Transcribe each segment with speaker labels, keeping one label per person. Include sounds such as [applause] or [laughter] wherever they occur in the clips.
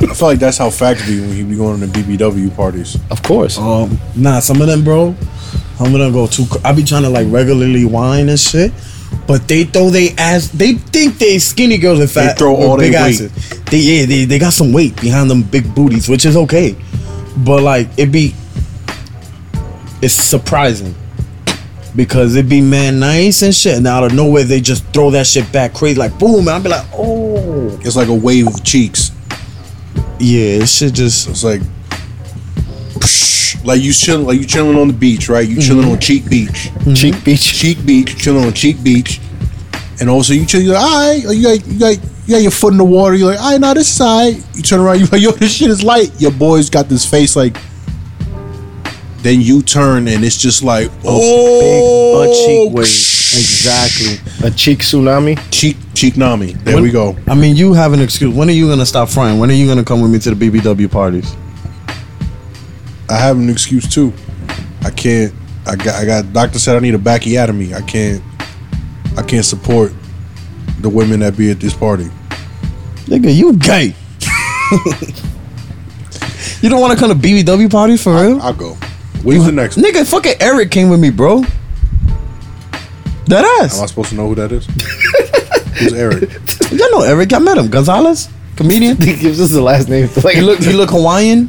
Speaker 1: I feel like that's how Fact be when he be going to BBW parties.
Speaker 2: Of course.
Speaker 3: Um, nah, some of them, bro. Some of them go too. cr- I be trying to like regularly whine and shit, but they throw they ass. They think they skinny girls and fat.
Speaker 1: throw
Speaker 3: with
Speaker 1: all they
Speaker 3: big
Speaker 1: weight.
Speaker 3: asses. They yeah, they, they got some weight behind them big booties, which is okay. But like it be, it's surprising because it be man nice and shit, and out of nowhere they just throw that shit back crazy like boom, and I be like oh
Speaker 1: It's like a wave of cheeks.
Speaker 3: yeah, this shit just
Speaker 1: It's like, psh, like you chilling, like you chilling on the beach, right? You chilling on Cheek Beach,
Speaker 2: Cheek beach.
Speaker 1: Cheek Beach, chilling on Cheek Beach, and also you chill. You're like, all right, like, you like, you like, you got your foot in the water. You're like, all right, now this is all right. You turn around, you like, yo, this shit is light. Your boy's got this face like. Then you turn and it's just like, oh,
Speaker 3: butt cheek wave
Speaker 1: psh,
Speaker 3: exactly.
Speaker 2: A cheek tsunami.
Speaker 1: cheek, cheek nami. There we go.
Speaker 3: I mean, you have an excuse. When are you gonna stop frying? When are you gonna come with me to the BBW parties?
Speaker 1: I have an excuse too. I can't. I got. I got. Doctor said I need a bacchiotomy. I can't. I can't support the women that be at this party.
Speaker 3: Nigga, you [laughs] gay. you don't want to come to BBW parties for real?
Speaker 1: I'll go. When's the next? one?
Speaker 3: Nigga, fucking Eric came with me, bro. That
Speaker 1: Am I
Speaker 3: ass.
Speaker 1: supposed to know who that is? Who's Eric?
Speaker 3: Y'all know Eric. I met him. Gonzalez, comedian.
Speaker 2: [laughs]
Speaker 3: [laughs]
Speaker 2: He gives us the last name. [laughs] Like,
Speaker 3: He look,
Speaker 2: look,
Speaker 3: he look Hawaiian.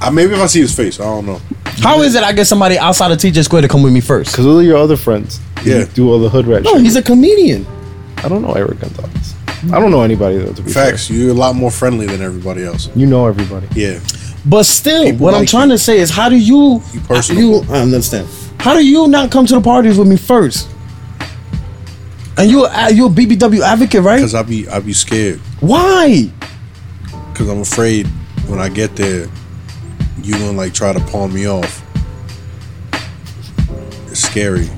Speaker 1: I, maybe if I see his face, I don't know.
Speaker 3: How is it I get somebody outside of TJ Square to come with me first?
Speaker 2: because those are your other friends.
Speaker 1: Yeah.
Speaker 2: You do all the hood rat
Speaker 3: No,
Speaker 2: shit.
Speaker 3: he's a comedian.
Speaker 2: I don't know Eric Gonzalez. I don't know anybody though. To be fair.
Speaker 1: Facts. You're a lot more friendly than everybody else.
Speaker 2: you know everybody.
Speaker 1: Yeah.
Speaker 3: But still,
Speaker 1: People
Speaker 3: what I'm
Speaker 1: like
Speaker 3: trying
Speaker 1: you.
Speaker 3: to say is, how do you?
Speaker 1: You personal.
Speaker 3: You, I understand. How do you not come to the parties with me first? And you, a- you a BBW advocate, right?
Speaker 1: Cause I be I be scared.
Speaker 3: Why?
Speaker 1: Cause I'm afraid when I get there, you gonna like try to pawn me off. It's scary.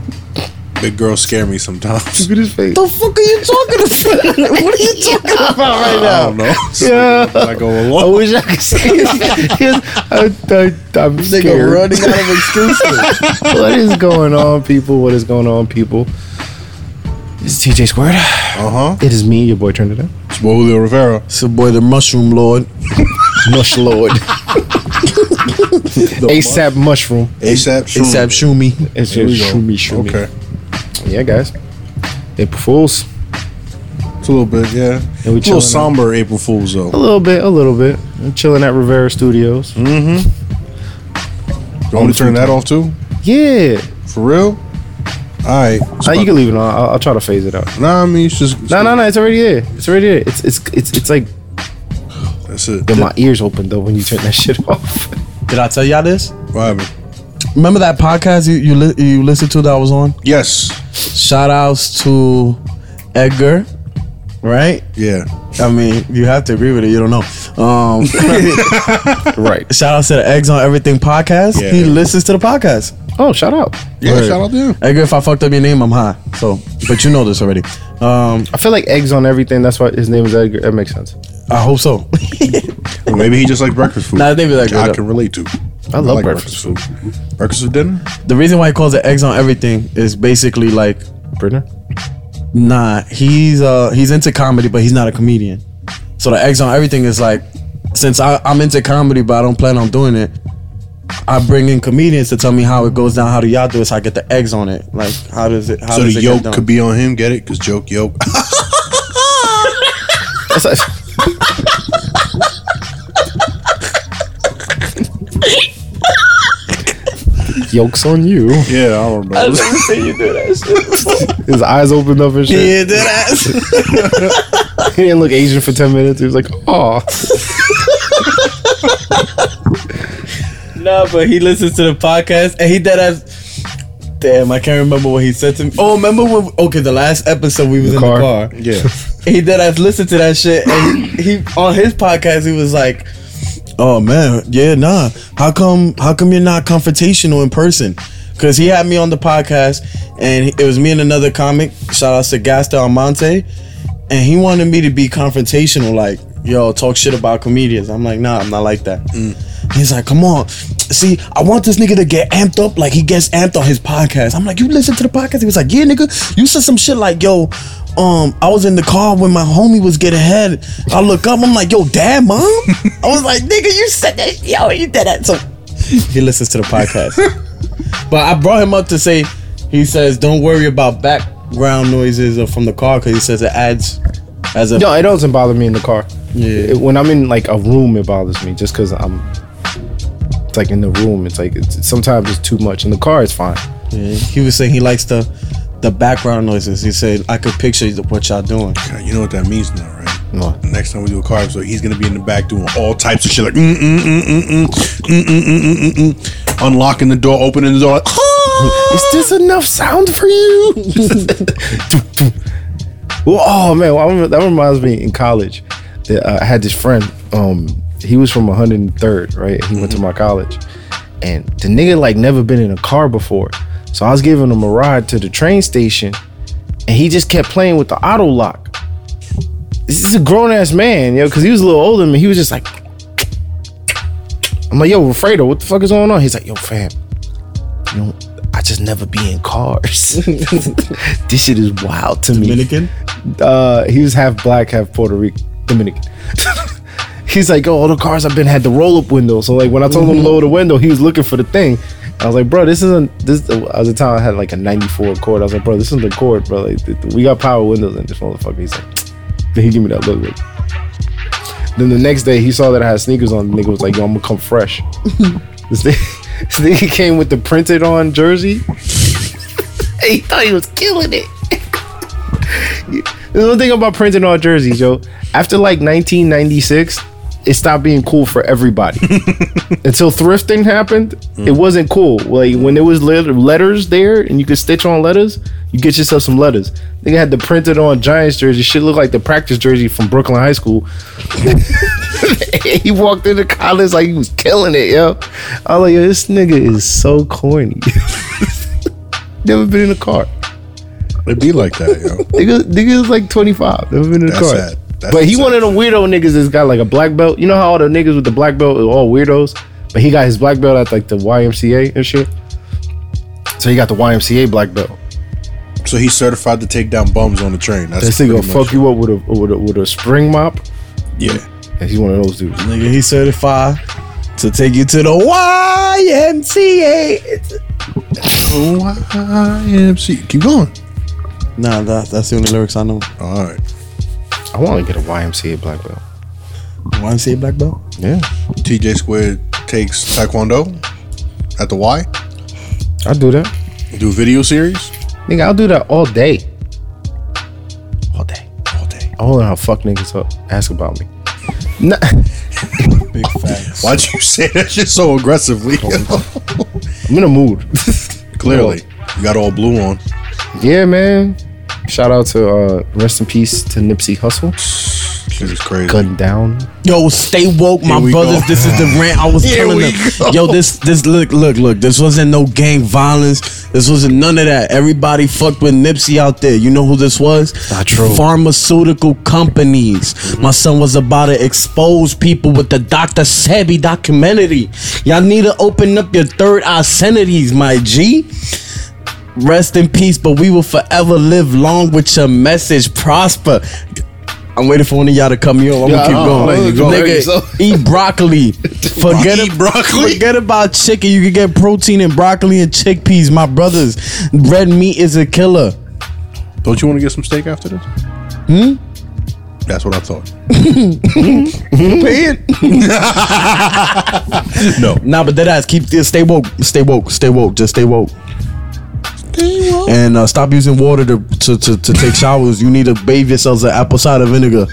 Speaker 1: Big girls scare me sometimes.
Speaker 2: Look at his face.
Speaker 3: The fuck are you talking about? [laughs] what
Speaker 1: [laughs]
Speaker 3: are you talking about right
Speaker 1: I
Speaker 3: now?
Speaker 1: don't know. [laughs]
Speaker 2: Yeah.
Speaker 1: I go
Speaker 2: I
Speaker 1: along.
Speaker 2: wish I could see [laughs] his face. I, I, I'm
Speaker 3: Nigga
Speaker 2: scared.
Speaker 3: running out
Speaker 1: [laughs]
Speaker 3: of
Speaker 2: [laughs]
Speaker 3: excuses.
Speaker 2: What is going on, people? What is going on, people? This is TJ Squared.
Speaker 1: Uh huh.
Speaker 2: It is me, your boy turned it in.
Speaker 1: It's Julio Rivera.
Speaker 3: it's your boy, the Mushroom Lord.
Speaker 2: Mush [laughs] Lord. ASAP Mushroom.
Speaker 1: ASAP. Shroom.
Speaker 3: ASAP Shumi.
Speaker 2: It's
Speaker 1: There we
Speaker 2: just
Speaker 1: go.
Speaker 2: shoo me, shoo me.
Speaker 1: Okay.
Speaker 2: Yeah, guys. April Fools.
Speaker 1: It's a little bit, yeah. It's a
Speaker 2: chilling
Speaker 1: little
Speaker 2: out.
Speaker 1: somber April Fool's
Speaker 2: A
Speaker 1: though.
Speaker 2: little bit, a little bit. I'm chilling at Rivera Studios.
Speaker 1: You want me to turn that off too?
Speaker 2: Yeah.
Speaker 1: For real? All right.
Speaker 2: Uh, you can leave it on. I'll, I'll try to phase it out.
Speaker 1: Nah, I mean it's just. it's
Speaker 2: No, no,
Speaker 1: good.
Speaker 2: no. It's already there. It's already there. It's it's it's it's like
Speaker 1: That's it.
Speaker 2: yeah, my ears open though when you turn that [laughs] shit off.
Speaker 3: Did I tell y'all this?
Speaker 1: What happened?
Speaker 3: Remember that podcast you you, li- you listened to that I was on?
Speaker 1: Yes.
Speaker 3: Shout outs to Edgar, right?
Speaker 1: Yeah.
Speaker 3: I mean, you have to agree with it. You don't know. [laughs] Um,
Speaker 2: right.
Speaker 3: shout out to the Eggs on Everything podcast.
Speaker 1: Yeah.
Speaker 3: He listens to the podcast.
Speaker 2: [laughs] Oh, shout out.
Speaker 1: [laughs] Yeah.
Speaker 3: Word.
Speaker 1: Shout out to
Speaker 3: [laughs]
Speaker 1: him.
Speaker 3: Edgar, if I fucked up your name, I'm high. So, but you know this already. Um,
Speaker 2: I feel like eggs on everything. That's why his name is Edgar. That makes sense.
Speaker 3: I hope so. [laughs]
Speaker 1: Or maybe he just like breakfast food.
Speaker 3: Nah, they be like,
Speaker 1: which I can relate to.
Speaker 2: I love breakfast
Speaker 1: food. Breakfast for dinner?
Speaker 3: the reason why he calls it Eggs on Everything is basically like,
Speaker 2: Brittner.
Speaker 3: nah, he's uh he's into comedy, but he's not a comedian. So the Eggs on Everything is like, since I, I'm into comedy, but I don't plan on doing it. I bring in comedians to tell me how it goes down. How do y'all do it? So I get the eggs on it. Like, how does it? How
Speaker 1: So
Speaker 3: does
Speaker 1: the
Speaker 3: it get
Speaker 1: yolk
Speaker 3: done?
Speaker 1: could [laughs] be on him. Get it? Cause joke yolk.
Speaker 2: That's like, [laughs] Yolks on you.
Speaker 1: yeah, I don't know.
Speaker 2: His eyes opened up and shit.
Speaker 3: [laughs] Yeah, that [laughs] ass.
Speaker 2: [laughs] He didn't look Asian for ten minutes. He was like, "Oh,
Speaker 3: no, but he listens to the podcast and he dead ass. Damn, I can't remember what he said to me. Oh, remember when? Okay, the last episode we was in
Speaker 2: car.
Speaker 3: the car.
Speaker 1: Yeah.
Speaker 3: He dead ass listened to that shit and he, he on his podcast he was like, "Oh man, yeah, nah. How come? How come you're not confrontational in person?" Because he had me on the podcast and it was me and another comic. Shout outs to Gasta Almonte, and he wanted me to be confrontational, like, "Yo, talk shit about comedians." I'm like, "Nah, I'm not like that." He's like, come on. See, I want this nigga to get amped up like he gets amped on his podcast. I'm like, you listen to the podcast? He was like, yeah, nigga. You said some shit like, yo, um, I was in the car when my homie was getting head. I look up, I'm like, yo, dad, mom. I was like, nigga, you said that, yo, you did that. So he listens to the [laughs] podcast. but I brought him up to say, he says, don't worry about background noises or from the car because he says it adds as a
Speaker 2: No, it doesn't bother me in the car.
Speaker 3: Yeah.
Speaker 2: It- when I'm in like a room, it bothers me just because I'm. It's like in the room. It's like it's, sometimes it's too much. In the car, it's fine.
Speaker 3: Yeah, he was saying he likes the the background noises. He said I could picture what y'all doing.
Speaker 1: God, you know what that means now, right?
Speaker 2: What?
Speaker 1: Next time we do a car episode, he's gonna be in the back doing all types of shit, like mm mm mm mm mm mm mm mm mm mm, unlocking the door, opening the door.
Speaker 2: [laughs]
Speaker 1: Like,
Speaker 2: Is this enough sound for you? [laughs] well, oh man, well, I remember- that reminds me in college that uh, I had this friend. Um, he was from 103rd, right? He went to my college, and the nigga like never been in a car before. So I was giving him a ride to the train station, and he just kept playing with the auto lock. This is a grown ass man, yo, because he was a little older than me. He was just like, I'm like, yo, Fredo, what the fuck is going on? He's like, yo, fam, you know, I just never be in cars. [laughs] this shit is wild to me.
Speaker 3: Dominican?
Speaker 2: Uh, he was half black, half Puerto Rican, Dominican. [laughs] He's like, oh, all the cars I've been had the roll up window. So like when I told him to lower the window, he was looking for the thing. I was like, bro, this isn't this. At the time, I had like a '94 Accord. I was like, bro, this isn't the Accord, bro. Like th- we got power windows in this motherfucker. He's like, then he give me that look. Like. Then the next day, he saw that I had sneakers on. The nigga was like, yo, I'm gonna come fresh. this, nigga, this nigga came with the printed on jersey. [laughs] And he thought he was killing it. The one thing about printing all jerseys, yo, after like 1996, it stopped being cool for everybody. Until thrifting happened, it wasn't cool. Like when there was let- letters there and you could stitch on letters, you get yourself some letters. They had the printed on Giants jersey. Shit looked like the practice jersey from Brooklyn High School. [laughs] he walked into college like he was killing it, yo. I was like, yo, this nigga is so corny. [laughs] Never been in a car.
Speaker 1: It'd be like that, yo.
Speaker 2: Nigga, nigga is like 25. Never been in the
Speaker 1: That's
Speaker 2: car.
Speaker 1: sad. That's
Speaker 2: but he
Speaker 1: sad.
Speaker 2: one of them weirdo niggas that's got like a black belt. You know how all the niggas with the black belt are all weirdos? But he got his black belt at like the YMCA and shit. So he got the YMCA black belt.
Speaker 1: So he's certified to take down bums on the train. That's
Speaker 2: This nigga
Speaker 1: pretty
Speaker 2: gonna fuck
Speaker 1: much-
Speaker 2: you up with a with a with a spring mop.
Speaker 1: Yeah.
Speaker 2: And he's one of those dudes.
Speaker 3: Nigga, he certified to take you to the YMCA. It's-
Speaker 1: YMC. Keep going.
Speaker 3: Nah, that, that's the only lyrics I know.
Speaker 1: All right.
Speaker 2: I wanna get a YMCA black belt.
Speaker 3: YMCA Black Belt.
Speaker 2: Yeah.
Speaker 1: TJ Squid takes Taekwondo at the Y.
Speaker 2: I'll do that.
Speaker 1: Do a video series
Speaker 2: Nigga, I'll do that all day. All day.
Speaker 1: all day.
Speaker 2: I wanna how fuck niggas up. Ask about me. Nah.
Speaker 3: Big facts.
Speaker 1: Why'd you [laughs] say that shit so aggressively?
Speaker 2: Oh,
Speaker 1: [laughs]
Speaker 2: I'm in a [laughs] mood.
Speaker 1: Clearly, you got all blue on.
Speaker 2: Yeah, man. Shout out to uh, rest in peace to Nipsey Hussle.
Speaker 1: Shit is crazy.
Speaker 2: Gunned down.
Speaker 3: Yo, stay woke, my
Speaker 1: Here we
Speaker 3: brothers.
Speaker 1: go.
Speaker 3: This
Speaker 1: [laughs]
Speaker 3: is the rant I was
Speaker 1: Here
Speaker 3: telling
Speaker 1: we
Speaker 3: them.
Speaker 1: go.
Speaker 3: Yo, this this look look look. This wasn't no gang violence. This wasn't none of that. Everybody fucked with Nipsey out there. You know who this was?
Speaker 2: Not true.
Speaker 3: Pharmaceutical companies. My son was about to expose people with the Dr. Sebi documentary. Y'all need to open up your third eye sanities, my G. Rest in peace, but we will forever live long with your message. Prosper. I'm waiting for one of y'all to come here. I'm
Speaker 2: Yeah,
Speaker 3: gonna keep
Speaker 2: I'm letting
Speaker 3: going.
Speaker 2: you go. There you go.
Speaker 3: Nigga, eat
Speaker 2: [laughs]
Speaker 3: broccoli. Forget
Speaker 1: Eat
Speaker 3: ab-
Speaker 1: broccoli?
Speaker 3: Forget about chicken. You can get protein in broccoli and chickpeas, my brothers. Red meat is a killer.
Speaker 1: Don't you want to get some steak after this? Hmm. That's what I thought.
Speaker 2: [laughs]
Speaker 1: no.
Speaker 3: Nah, but that ass. Keep stay woke. Stay woke. Stay woke. Just stay woke. And uh, stop using water to, to, to, to take showers. You need to bathe yourselves in apple cider vinegar.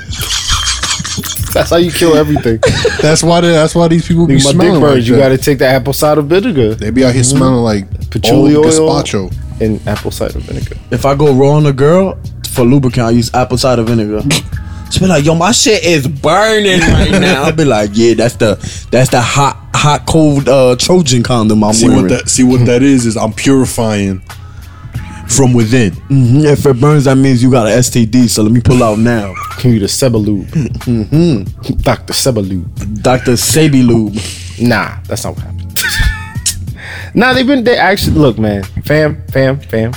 Speaker 2: That's how
Speaker 1: [laughs]
Speaker 2: you kill everything.
Speaker 1: That's why. The, that's why these people be
Speaker 2: Nigga, my
Speaker 1: smelling
Speaker 2: dick
Speaker 1: like
Speaker 2: birds, you
Speaker 1: that.
Speaker 2: gotta take the apple cider vinegar
Speaker 1: They be out here smelling like
Speaker 2: Patchouli
Speaker 1: old
Speaker 2: oil.
Speaker 1: gazpacho.
Speaker 2: and apple cider vinegar.
Speaker 3: If I go raw on a girl for lubricant, I use apple
Speaker 1: [laughs]
Speaker 3: cider vinegar. She be like, "Yo, my shit is burning right now." I be like, "Yeah, that's the that's the hot hot cold uh, Trojan condom I'm
Speaker 1: See
Speaker 3: wearing.
Speaker 1: what that. See what that is. Is I'm purifying from within.
Speaker 2: Mm.
Speaker 3: Mhm, If it burns, that means you got an STD. So let me pull out now,
Speaker 2: Can you the Sebalube? mm-hmm.
Speaker 1: Hmm.
Speaker 2: Dr. Sebalube.
Speaker 3: Doctor Sabi Lube.
Speaker 2: Nah, that's [laughs] not what happened. nah, they've been they actually look, man, fam, fam, fam.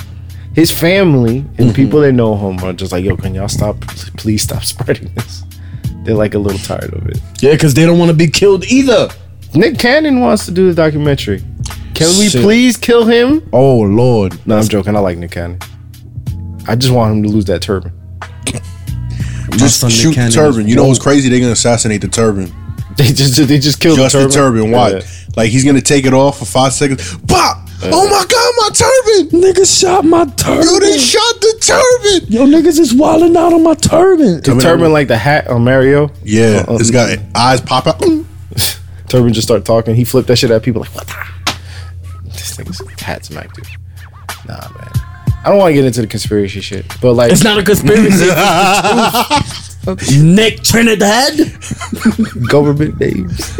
Speaker 2: his family and
Speaker 1: Mm-hmm.
Speaker 2: people that know him are just like, yo, can y'all stop? Please stop [laughs] spreading this. They're like a little tired of it.
Speaker 3: Yeah, because they don't want to be killed either.
Speaker 2: Nick Cannon wants to do the documentary. Can we
Speaker 3: Shit.
Speaker 2: please kill him?
Speaker 3: Oh Lord.
Speaker 2: No, I'm joking. I like Nick Cannon. I just want him to lose that turban. [laughs]
Speaker 1: Just
Speaker 3: son Nick
Speaker 1: shoot the
Speaker 3: Cannon
Speaker 1: turban.
Speaker 3: is
Speaker 1: You know what's crazy? They're gonna assassinate the turban.
Speaker 2: They just they just killed
Speaker 1: Just
Speaker 2: the turban.
Speaker 1: Why?
Speaker 2: Yeah.
Speaker 1: Like he's gonna take it off for five seconds. Pop! Oh my god, my turban!
Speaker 3: Niggas shot my
Speaker 1: You
Speaker 3: turban.
Speaker 1: done shot the turban.
Speaker 3: Yo, niggas is wilding out on my turban.
Speaker 2: The turban like the hat on Mario.
Speaker 1: Yeah,
Speaker 2: Uh, uh,
Speaker 1: this guy eyes pop out.
Speaker 2: Turban just start talking. He flipped that shit at people like what? the-" [laughs] This thing's hat smacked dude. Nah, man. I don't want to get into the conspiracy shit, but like
Speaker 3: It's not a conspiracy.
Speaker 1: [laughs]
Speaker 3: Nick Trinidad.
Speaker 2: [laughs] government names. [laughs]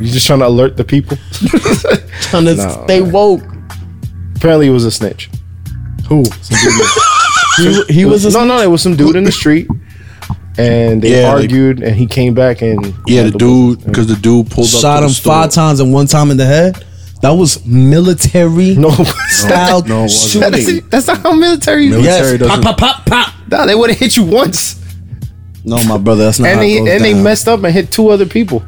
Speaker 2: you just trying to alert the people.
Speaker 3: Trying to
Speaker 2: No,
Speaker 3: stay
Speaker 2: man.
Speaker 3: woke.
Speaker 2: Apparently, it was a snitch. Who?
Speaker 1: [laughs]
Speaker 3: He, he was a
Speaker 2: no, no. It was some dude in the street, and they
Speaker 1: Yeah, like-
Speaker 2: argued, and he came back and
Speaker 1: Yeah, the dude because the dude pulled up.
Speaker 3: shot
Speaker 1: to the
Speaker 3: him
Speaker 1: store.
Speaker 3: five times and one time in the head. That was
Speaker 2: [laughs]
Speaker 3: military
Speaker 2: No,
Speaker 3: style
Speaker 1: no, it wasn't.
Speaker 3: shooting.
Speaker 2: that's not how military.
Speaker 1: Military
Speaker 3: Yes,
Speaker 1: doesn't-
Speaker 3: pop, pop, pop, pop.
Speaker 2: Nah, they would have hit you once.
Speaker 3: No, my brother, that's not.
Speaker 2: and
Speaker 3: how it
Speaker 2: he,
Speaker 3: goes
Speaker 2: and they
Speaker 3: down.
Speaker 2: messed up and hit two other people.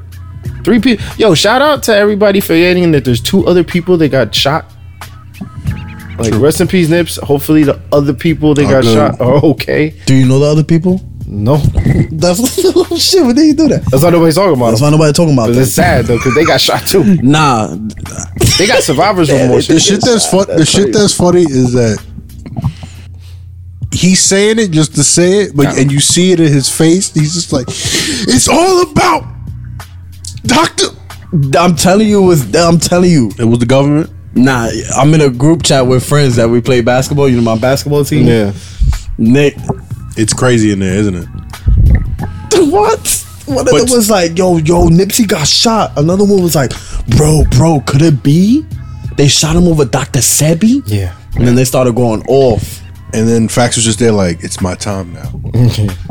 Speaker 2: Three people. Yo, shout out to everybody forgetting that there's two other people that got shot. Like rest in peace, Nips. Hopefully the other people that got
Speaker 1: good.
Speaker 2: shot are okay.
Speaker 3: Do you know the other people?
Speaker 2: No, that's
Speaker 3: That's [laughs] shit. Why did you do that?
Speaker 2: not nobody's talking about
Speaker 3: That's
Speaker 2: them.
Speaker 3: why nobody talking about
Speaker 2: It's
Speaker 3: this.
Speaker 2: sad though because they got shot too.
Speaker 3: Nah,
Speaker 2: They got survivors remorse.
Speaker 1: The shit that's fun. The shit that's funny is that he's saying it just to say it, but and you see it in his face. He's just like, it's all about doctor.
Speaker 3: I'm telling you, it was I'm telling you.
Speaker 1: It was the government.
Speaker 3: Nah, I'm in a group chat with friends that we play basketball. You know my basketball team.
Speaker 2: yeah.
Speaker 3: Nick,
Speaker 1: It's crazy in there, isn't it?
Speaker 3: what? One of
Speaker 1: But-
Speaker 3: them was like, "Yo, yo, Nipsey got shot." Another one was like, "Bro, bro, could it be?" They shot him over Dr. Sebi.
Speaker 2: Yeah.
Speaker 3: And then they started going off.
Speaker 1: And then Fax was just there, like, it's my time
Speaker 3: [laughs]
Speaker 1: now.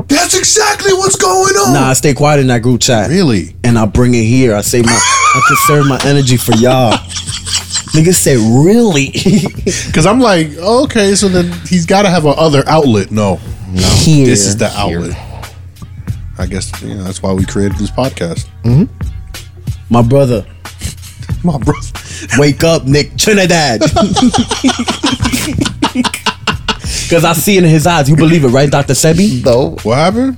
Speaker 1: That's exactly what's going on.
Speaker 3: Nah, I stay quiet in that group chat.
Speaker 1: Really?
Speaker 3: And I bring it here. I say my, I conserve my energy for y'all. Niggas said, really? [laughs]
Speaker 1: Because I'm like, okay, so then he's got to have a other outlet. No, no,
Speaker 3: Here.
Speaker 1: this is the outlet. I guess you know, that's why we created this podcast.
Speaker 3: my brother,
Speaker 1: My bro,
Speaker 3: wake up, Nick Trinidad. [laughs] Because I see it in his eyes. You believe it, right, Dr. Sebi?
Speaker 2: Though.
Speaker 1: what happened?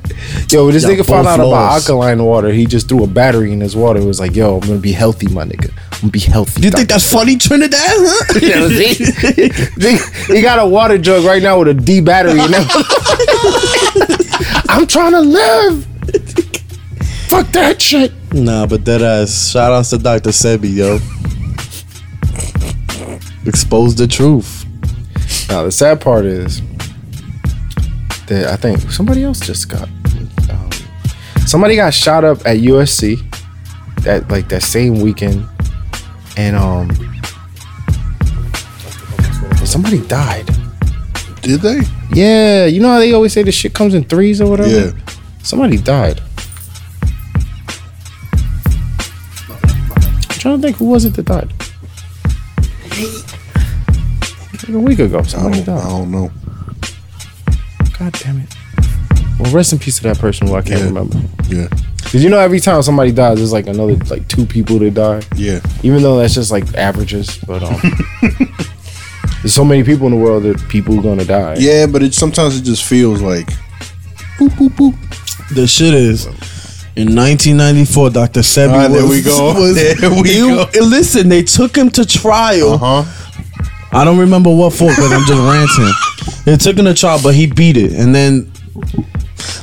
Speaker 2: Yo, when this
Speaker 3: Y'all
Speaker 2: nigga found
Speaker 3: both
Speaker 2: out about
Speaker 3: lost.
Speaker 2: alkaline water, he just threw a battery in his water. It was like, yo, I'm gonna be healthy, my nigga. I'm gonna be healthy.
Speaker 3: You think that's funny, Trinidad? Huh?
Speaker 2: [laughs] You know what I'm saying? They- he got a water jug right now with a D battery in it. [laughs] I'm trying to live. Fuck that shit.
Speaker 3: Nah, but that ass. Shout outs to Dr. Sebi, yo. Expose the truth.
Speaker 2: Now the sad part is that I think somebody else just got um, somebody got shot up at USC that like that same weekend, and um somebody died.
Speaker 1: Did they?
Speaker 2: Yeah, you know how they always say this shit comes in threes or whatever.
Speaker 1: Yeah.
Speaker 2: Somebody died. I'm trying to think who was it that died. Like a week ago,
Speaker 1: I
Speaker 2: somebody
Speaker 1: don't, I
Speaker 2: died.
Speaker 1: don't know.
Speaker 2: God damn it. Well, rest in peace to that person who I can't
Speaker 1: Yeah.
Speaker 2: remember.
Speaker 1: Yeah,
Speaker 2: Did you know every time somebody dies, there's like another like two people that die,
Speaker 1: yeah.
Speaker 2: even though that's just like averages. But [laughs] um, there's so many people in the world that people gonna die.
Speaker 1: Yeah, but it sometimes it just feels like
Speaker 3: The shit is. In 1994, Dr. Sebi
Speaker 1: All right,
Speaker 3: was,
Speaker 1: there we go.
Speaker 3: [laughs] was-
Speaker 1: There we
Speaker 3: you-
Speaker 1: go. Uh-huh.
Speaker 3: Listen, they took him to trial.
Speaker 1: huh?
Speaker 3: I don't remember what for because I'm just ranting. They took him to trial, but he beat it. And then,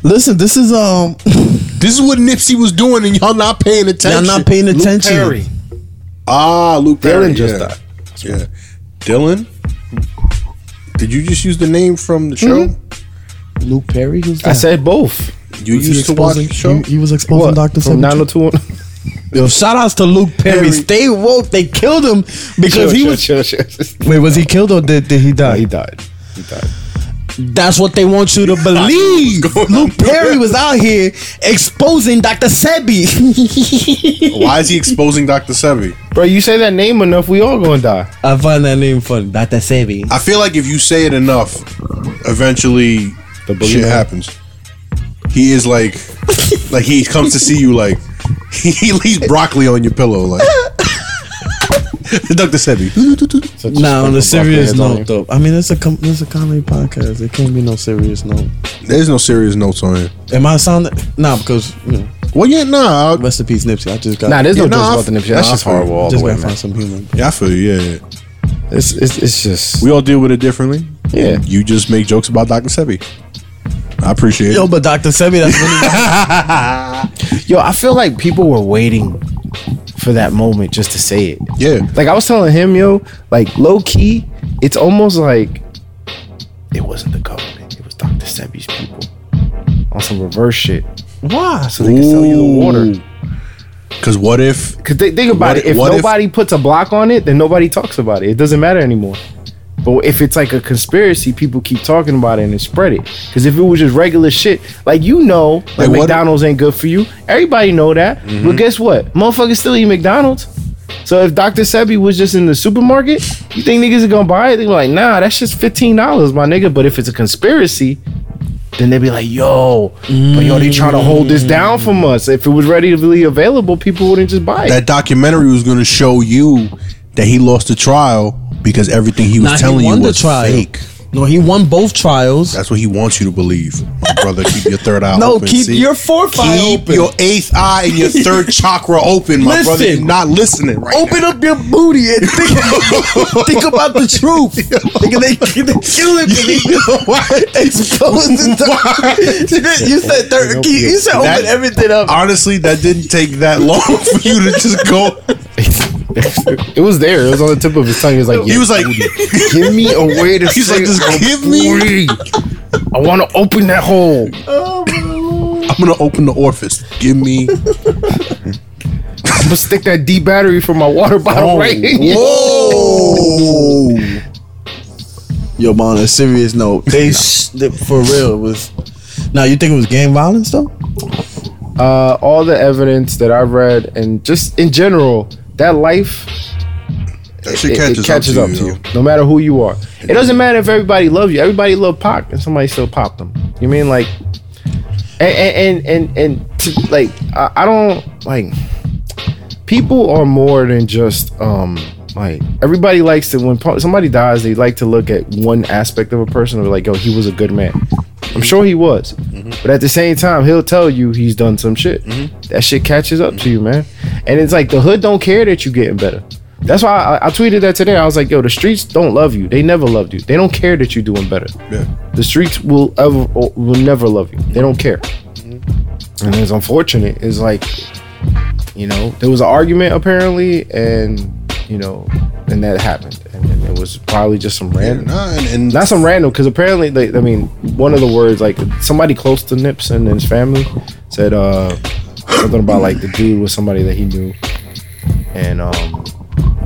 Speaker 3: listen, this is um, [laughs]
Speaker 1: This is what Nipsey was doing, and y'all not paying
Speaker 3: y'all
Speaker 1: attention.
Speaker 3: not paying
Speaker 2: Luke
Speaker 3: attention.
Speaker 2: Perry.
Speaker 1: Ah, Luke Perry
Speaker 2: Dylan just
Speaker 1: yeah.
Speaker 2: died.
Speaker 1: Yeah, Dylan. Did you just use the name from the show?
Speaker 3: Luke Perry, who's that?
Speaker 2: I said both.
Speaker 1: You
Speaker 3: Was he
Speaker 1: used to watch the
Speaker 3: exposing-
Speaker 1: show.
Speaker 3: He, he was exposing Dr.
Speaker 2: From [laughs]
Speaker 3: Sebi.
Speaker 2: 902
Speaker 3: Yo, shout outs to Luke Perry.
Speaker 1: Perry.
Speaker 3: Stay woke. They killed him because he was.
Speaker 2: Chill, chill, chill.
Speaker 3: Wait, was he killed or did, did he die?
Speaker 2: he died. He died.
Speaker 4: That's what they want you to believe.
Speaker 3: [laughs]
Speaker 4: Luke Perry was out here exposing Dr. Sebi.
Speaker 1: Why is he exposing Dr. Sebi?
Speaker 2: Bro, you say that name enough, we all gonna die.
Speaker 3: [laughs] I find that name funny.
Speaker 4: Dr. Sebi.
Speaker 1: I feel like if you say it enough, eventually
Speaker 2: The
Speaker 1: shit
Speaker 2: believer.
Speaker 1: happens. He is like, like he comes to see you like he leaves broccoli on your pillow like. [laughs] Dr. Sebi.
Speaker 2: So just
Speaker 3: Nah, on a
Speaker 2: fucking
Speaker 3: serious
Speaker 2: heads on
Speaker 3: note,
Speaker 2: you.
Speaker 3: though. I mean, it's a com- it's a comedy podcast. It can't be no serious note.
Speaker 1: There's no serious notes on it.
Speaker 3: Am I sounding? Nah, because you know,
Speaker 1: Well, yeah, nah. I,
Speaker 3: rest in peace, Nipsey. I just got.
Speaker 2: Nah, there's no
Speaker 1: Yeah,
Speaker 2: jokes
Speaker 1: nah, I-
Speaker 2: about the nip shit. That's
Speaker 1: nah,
Speaker 2: just
Speaker 1: I-
Speaker 2: horrible all the
Speaker 3: just
Speaker 2: way,
Speaker 3: gotta
Speaker 2: man.
Speaker 3: find some humor.
Speaker 1: yeah, I feel you. Yeah, yeah.
Speaker 2: It's, it's, it's just,
Speaker 1: We all deal with it differently.
Speaker 2: yeah.
Speaker 1: You just make jokes about Dr. Sebi. I appreciate
Speaker 3: Yo,
Speaker 1: it.
Speaker 3: but Dr. Sebi, that's when he-
Speaker 2: Yo, I feel like people were waiting for that moment just to say it.
Speaker 1: Yeah.
Speaker 2: Like I was telling him, yo, like low key, it's almost like it wasn't the government, it was Dr. Sebi's people on some reverse shit. Why? So they can sell you the water.
Speaker 1: Because what if
Speaker 2: Cause they, think about
Speaker 1: What-
Speaker 2: it. If
Speaker 1: what if-
Speaker 2: nobody puts a block on it, then nobody talks about it. It doesn't matter anymore. But if it's like a conspiracy, people keep talking about it and they spread it. Because if it was just regular shit, like you know,
Speaker 1: Like, what-
Speaker 2: like,
Speaker 1: Mm-hmm.
Speaker 2: McDonald's ain't good for you. Everybody know that. But guess what? Motherfuckers still eat McDonald's. So if Dr. Sebi was just in the supermarket, you think niggas are gonna buy it? They're like, nah, that's just fifteen dollars, my nigga. But if it's a conspiracy, then they'd be like, yo, but yo, they trying to hold this down from us. If it was readily available, people wouldn't just buy it.
Speaker 1: that documentary was going to show you that he lost the trial because everything he was
Speaker 4: Nah, he
Speaker 1: telling
Speaker 4: won
Speaker 1: you
Speaker 4: the
Speaker 1: was
Speaker 4: trial.
Speaker 1: fake.
Speaker 4: No, he won both trials.
Speaker 1: That's what he wants you to believe,
Speaker 3: [laughs]
Speaker 1: my brother. Keep your third eye
Speaker 3: no,
Speaker 1: open.
Speaker 3: keep
Speaker 1: see?
Speaker 3: your fourth eye
Speaker 1: keep
Speaker 3: open.
Speaker 1: your eighth eye and
Speaker 3: [laughs]
Speaker 1: your third chakra open, my brother.
Speaker 3: Listen. Oh.
Speaker 1: You're not listening right
Speaker 3: Open up your booty and think, [laughs] think about the [laughs] truth. Nigga, they, they killing me.
Speaker 1: now.
Speaker 3: [laughs] Expose the [laughs] dark. You said third. You said open
Speaker 1: That-
Speaker 3: everything up.
Speaker 1: Honestly, that didn't take that [laughs] long for you to just go.
Speaker 2: [laughs] It was there. It was on the tip of his tongue. He was like,
Speaker 1: He was like,
Speaker 2: "Give me a way to."
Speaker 1: [laughs] he's like, just give me.
Speaker 2: I want to open that hole.
Speaker 1: I'm gonna open the orifice. Give
Speaker 2: [laughs]
Speaker 1: me.
Speaker 2: I'm gonna stick that D battery for my
Speaker 1: Oh,
Speaker 2: water bottle right here.
Speaker 1: Whoa!
Speaker 3: Yo, but on a serious note, they, sh- they- for real was. Now you think it was gang violence though?
Speaker 2: Uh, all the evidence that I've read and just in general, that life
Speaker 1: That
Speaker 2: it,
Speaker 1: shit
Speaker 2: it
Speaker 1: catches,
Speaker 2: catches up, to you, no matter who you are. It doesn't matter if everybody loves you. Everybody loved Pac, and somebody still popped them. You mean like, and and and and, and to, like I, I don't like people are more than just um like everybody likes to when po- somebody dies they like to look at one aspect of a person or like yo he was a good man. I'm sure he was, but at the same time he'll tell you he's done some shit. That shit catches up to you, man. And it's like the hood don't care that you getting better. That's why I, I tweeted that today. I was like, yo, the streets don't love you. They never loved you. They don't care that you're doing better.
Speaker 1: Yeah.
Speaker 2: The streets will ever will never love you. They don't care. And it's unfortunate. It's like, you know, there was an argument apparently, and you know, and that happened, and, then it was probably just some
Speaker 1: Yeah,
Speaker 2: random.
Speaker 1: nah, and, and
Speaker 2: Not some random, because apparently, like, I mean, one of the words, like, somebody close to Nips and his family said uh, something about like the dude was somebody that he knew, and um,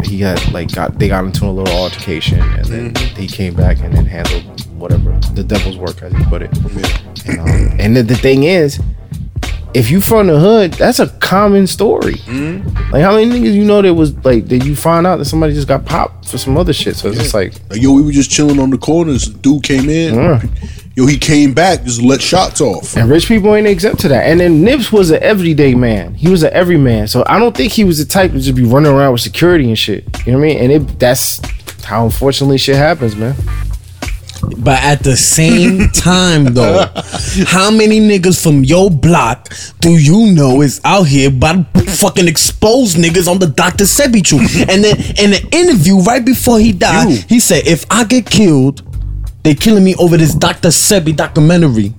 Speaker 2: he got like got they got into a little altercation, and then he came back and then handled whatever the devil's work, as he put it. And, um, and the, the thing is, if you from the hood, that's a common story. Like, how many niggas you know that was like that you find out that somebody just got popped for some other shit? So it's just like.
Speaker 1: Like, yo, we were just chilling on the corners. Dude came in.
Speaker 2: Yeah.
Speaker 1: Yo, he came back, just let shots off.
Speaker 2: And rich people ain't exempt to that. And then Nips was an everyday man. He was an everyman. So I don't think he was the type to just be running around with security and shit. You know what I mean? And it that's how unfortunately shit happens, man.
Speaker 4: But at the same time, though, how many niggas from your block do you know is out here about to fucking expose niggas on the Dr. Sebi truth? And then in the interview right before he died,
Speaker 1: You.
Speaker 4: he said, "If I get killed, they killing me over this Dr. Sebi documentary."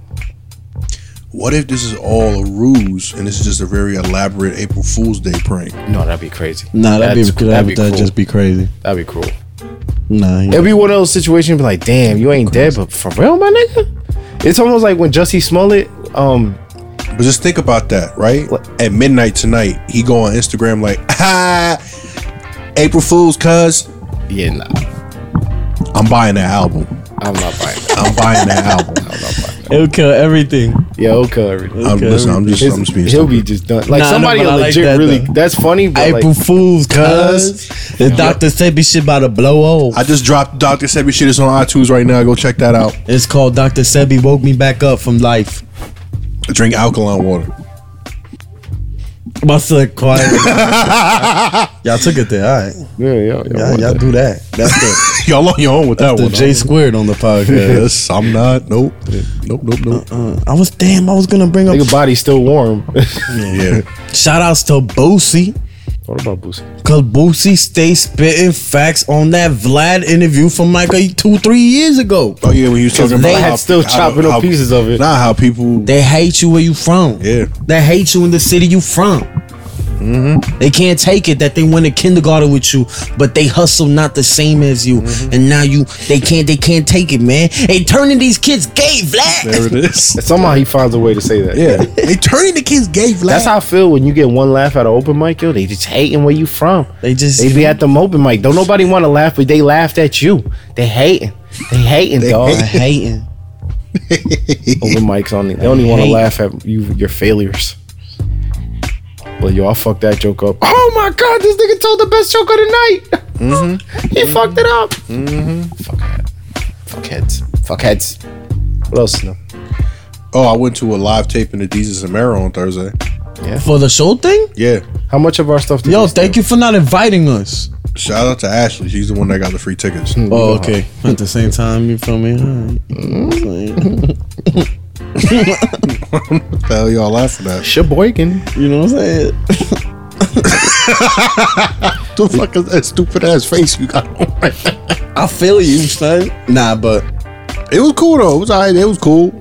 Speaker 1: What if this is all a ruse and this is just a very elaborate April Fool's Day prank?
Speaker 2: No, that'd be crazy.
Speaker 3: Nah, that'd
Speaker 2: That's-
Speaker 3: be that'd, that'd just be crazy.
Speaker 2: that'd be cruel.
Speaker 3: Nah, he-
Speaker 2: It'd be one of those situations be like, damn, you ain't dead, but for real, my nigga? It's almost like when Jussie Smollett, um,
Speaker 1: But just think about that, right?
Speaker 2: What?
Speaker 1: At midnight tonight, he go on Instagram like, [laughs] ah, April Fool's, cuz
Speaker 2: yeah, nah.
Speaker 1: I'm buying that album.
Speaker 2: I'm not buying that.
Speaker 1: I'm buying
Speaker 2: [laughs]
Speaker 1: that album.
Speaker 2: I'm not buying that.
Speaker 3: It'll kill everything.
Speaker 2: Yeah, okay. everything.
Speaker 1: I'm,
Speaker 3: Okay.
Speaker 1: listen, I'm just, I'm just being
Speaker 2: he'll
Speaker 1: stupid.
Speaker 2: be just done. Like
Speaker 3: Nah, I know,
Speaker 2: somebody
Speaker 3: but I like
Speaker 2: legit
Speaker 3: that,
Speaker 2: really.
Speaker 3: though.
Speaker 2: That's funny, but like,
Speaker 4: April Fools, cuz. The doctor said be shit about to blow off.
Speaker 1: I just dropped Dr. Sebi shit. It's on iTunes right now. Go check that out.
Speaker 4: It's called Dr. Sebi woke me back up from life.
Speaker 1: Drink alkaline water. [laughs]
Speaker 4: My son
Speaker 3: [laughs]
Speaker 4: quiet.
Speaker 3: Y'all took it there. All right.
Speaker 2: yeah, yeah, yeah.
Speaker 3: Y'all,
Speaker 2: what
Speaker 3: y'all
Speaker 2: the-
Speaker 3: do that. That's [laughs] the,
Speaker 1: Y'all on your own with that
Speaker 3: the
Speaker 1: one.
Speaker 3: J squared on the podcast.
Speaker 1: yes, I'm not. Nope. Nope, nope, nope.
Speaker 3: [laughs] Uh, I was damn. I was gonna bring up.
Speaker 2: Nigga body's still warm.
Speaker 1: Yeah.
Speaker 4: Shout outs to Boosie.
Speaker 2: [laughs] what about Boosie?
Speaker 4: Cause Boosie stay spitting facts on that Vlad interview from like a two, three years ago.
Speaker 1: Oh, yeah, when you was talking about
Speaker 2: Vlad
Speaker 1: how,
Speaker 2: still
Speaker 1: how-
Speaker 2: chopping up
Speaker 1: how-
Speaker 2: pieces of it.
Speaker 1: Nah, how people.
Speaker 4: They hate you where you from.
Speaker 1: Yeah.
Speaker 4: They hate you in the city you from. They can't take it that they went to kindergarten with you, but they hustle not the same as you, and now you they can't they can't take it, man. They turning these kids gay,
Speaker 1: There
Speaker 4: Vlad.
Speaker 1: it
Speaker 2: [laughs]
Speaker 1: is.
Speaker 2: Somehow he finds a way to say that.
Speaker 1: Yeah. they turning the kids gay, Vlad.
Speaker 2: That's how I feel when you get one laugh at an open mic, yo. They just hating where you from.
Speaker 4: They just-
Speaker 2: they be at the open mic. Don't nobody want to laugh, but they laughed at you. They hating. They hating, dog.
Speaker 4: I hating.
Speaker 2: open mics only. They only want to
Speaker 4: hate-
Speaker 2: laugh at you your failures. But yo, I fucked that joke up. Oh my god, this nigga told the best joke of the night. [laughs] he fucked it up. Mm-hmm. Fuck that. Fuck heads. Fuck heads. What else? No.
Speaker 1: oh, I went to a live taping of Jesus and Mero on Thursday.
Speaker 4: For the show thing?
Speaker 1: Yeah.
Speaker 2: How much of our stuff? Did
Speaker 4: Yo, thank you for not inviting us.
Speaker 1: Shout out to Ashley. She's the one that got the free tickets.
Speaker 2: Hmm.
Speaker 3: Oh, okay. At the same time, you feel me? All right.
Speaker 1: What the hell y'all laughing at?
Speaker 2: Sheboygan.
Speaker 4: [laughs]
Speaker 3: You know what I'm saying?
Speaker 1: What the fuck is that stupid ass face you got on right now?
Speaker 3: I feel you, son. Nah, but
Speaker 1: It was cool though. It was alright. It was cool.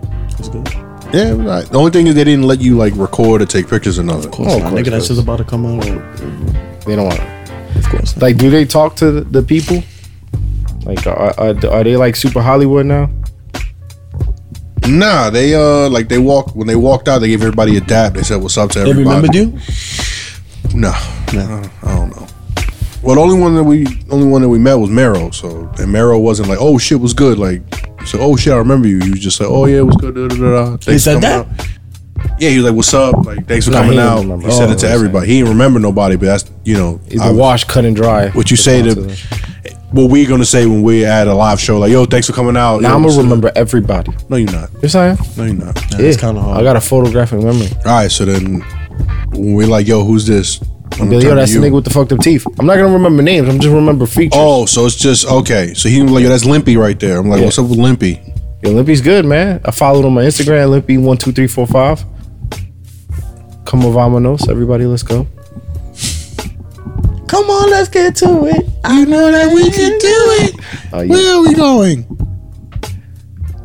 Speaker 1: Yeah, it was alright. The only thing is they didn't let you like record or take pictures or nothing. Of
Speaker 3: oh,
Speaker 2: of course,
Speaker 3: nigga, that
Speaker 2: course.
Speaker 3: shit's about to come out. Of
Speaker 2: They don't want. It.
Speaker 3: course.
Speaker 2: Like, do they talk to the- the people? Like, are, are, are they like super Hollywood now?
Speaker 1: Nah, they uh like they walk when they walked out, they gave everybody a dab. They said what's up to
Speaker 3: They
Speaker 1: everybody.
Speaker 3: remembered you?
Speaker 1: No.
Speaker 3: No.
Speaker 1: I don't know. Well, the only one that we only one that we met was Mero. So and Mero wasn't like, oh shit was good. Like so, oh shit, I remember you. You was just like, oh yeah, it was good. Da, da, da, da. Thanks
Speaker 3: said
Speaker 1: for coming
Speaker 3: that?
Speaker 1: out." Yeah, he was like, "What's up? Like, thanks for
Speaker 2: Nah, he
Speaker 1: coming
Speaker 2: didn't
Speaker 1: out."
Speaker 2: remember.
Speaker 1: He said
Speaker 2: Oh,
Speaker 1: it to
Speaker 2: okay.
Speaker 1: everybody. He didn't remember nobody, but that's you know,
Speaker 2: Either
Speaker 1: I-
Speaker 2: wash, cut, and dry.
Speaker 1: what you say to what we're gonna say when we're at a live show, like, yo, thanks for coming out.
Speaker 2: Now
Speaker 1: Yo,
Speaker 2: I'm
Speaker 1: what's
Speaker 2: gonna
Speaker 1: up?
Speaker 2: remember everybody.
Speaker 1: No, you're not.
Speaker 2: You're saying?
Speaker 1: No, you're not.
Speaker 3: Yeah, it's kinda hard.
Speaker 2: I got a photographic memory.
Speaker 1: All right, so then when we're like, yo, who's this? I'm
Speaker 2: Be
Speaker 1: turning
Speaker 2: like, yo,
Speaker 1: to
Speaker 2: that's the
Speaker 1: you.
Speaker 2: nigga with the fucked up teeth. I'm not gonna remember names. I'm just remember features.
Speaker 1: Oh, so it's just okay. So he was like, yo, that's Limpy right there. I'm like,
Speaker 2: Yeah.
Speaker 1: what's up with Limpy?
Speaker 2: Yo, Limpy's good, man. I followed him on Instagram. Limpy one two three four five. Come on, vamonos, everybody, let's go.
Speaker 3: Come on, let's get to it.
Speaker 1: You know that we can do it.
Speaker 2: Uh, you,
Speaker 1: Where are we going?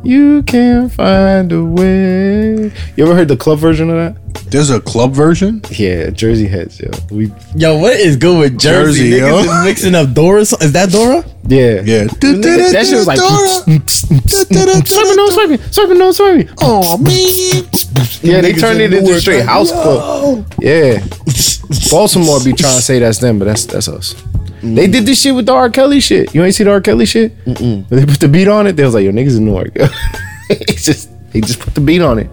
Speaker 2: you can find a way. You ever heard the club version of that?
Speaker 1: There's a club version?
Speaker 2: Yeah, Jersey Heads. Yo, we
Speaker 4: Yo, what is good with Jersey?
Speaker 1: Jersey, yo.
Speaker 4: Niggas is mixing up Dora. so- Is that Dora?
Speaker 2: yeah
Speaker 1: Yeah.
Speaker 2: That shit was like swiping, no swiping, swiping, no swiping.
Speaker 1: Oh man.
Speaker 2: Yeah, they
Speaker 1: Niggas
Speaker 2: turned
Speaker 1: in
Speaker 2: it into
Speaker 1: Newark,
Speaker 2: straight
Speaker 1: like,
Speaker 2: house
Speaker 1: yo.
Speaker 2: club. [laughs] Yeah, Baltimore be trying to say that's them, but that's that's us. They did this shit with the R. Kelly shit. You ain't see the R. Kelly shit? When They put the beat on it. They was like, "Yo, niggas in Newark." it's just [laughs] they just put the beat on it.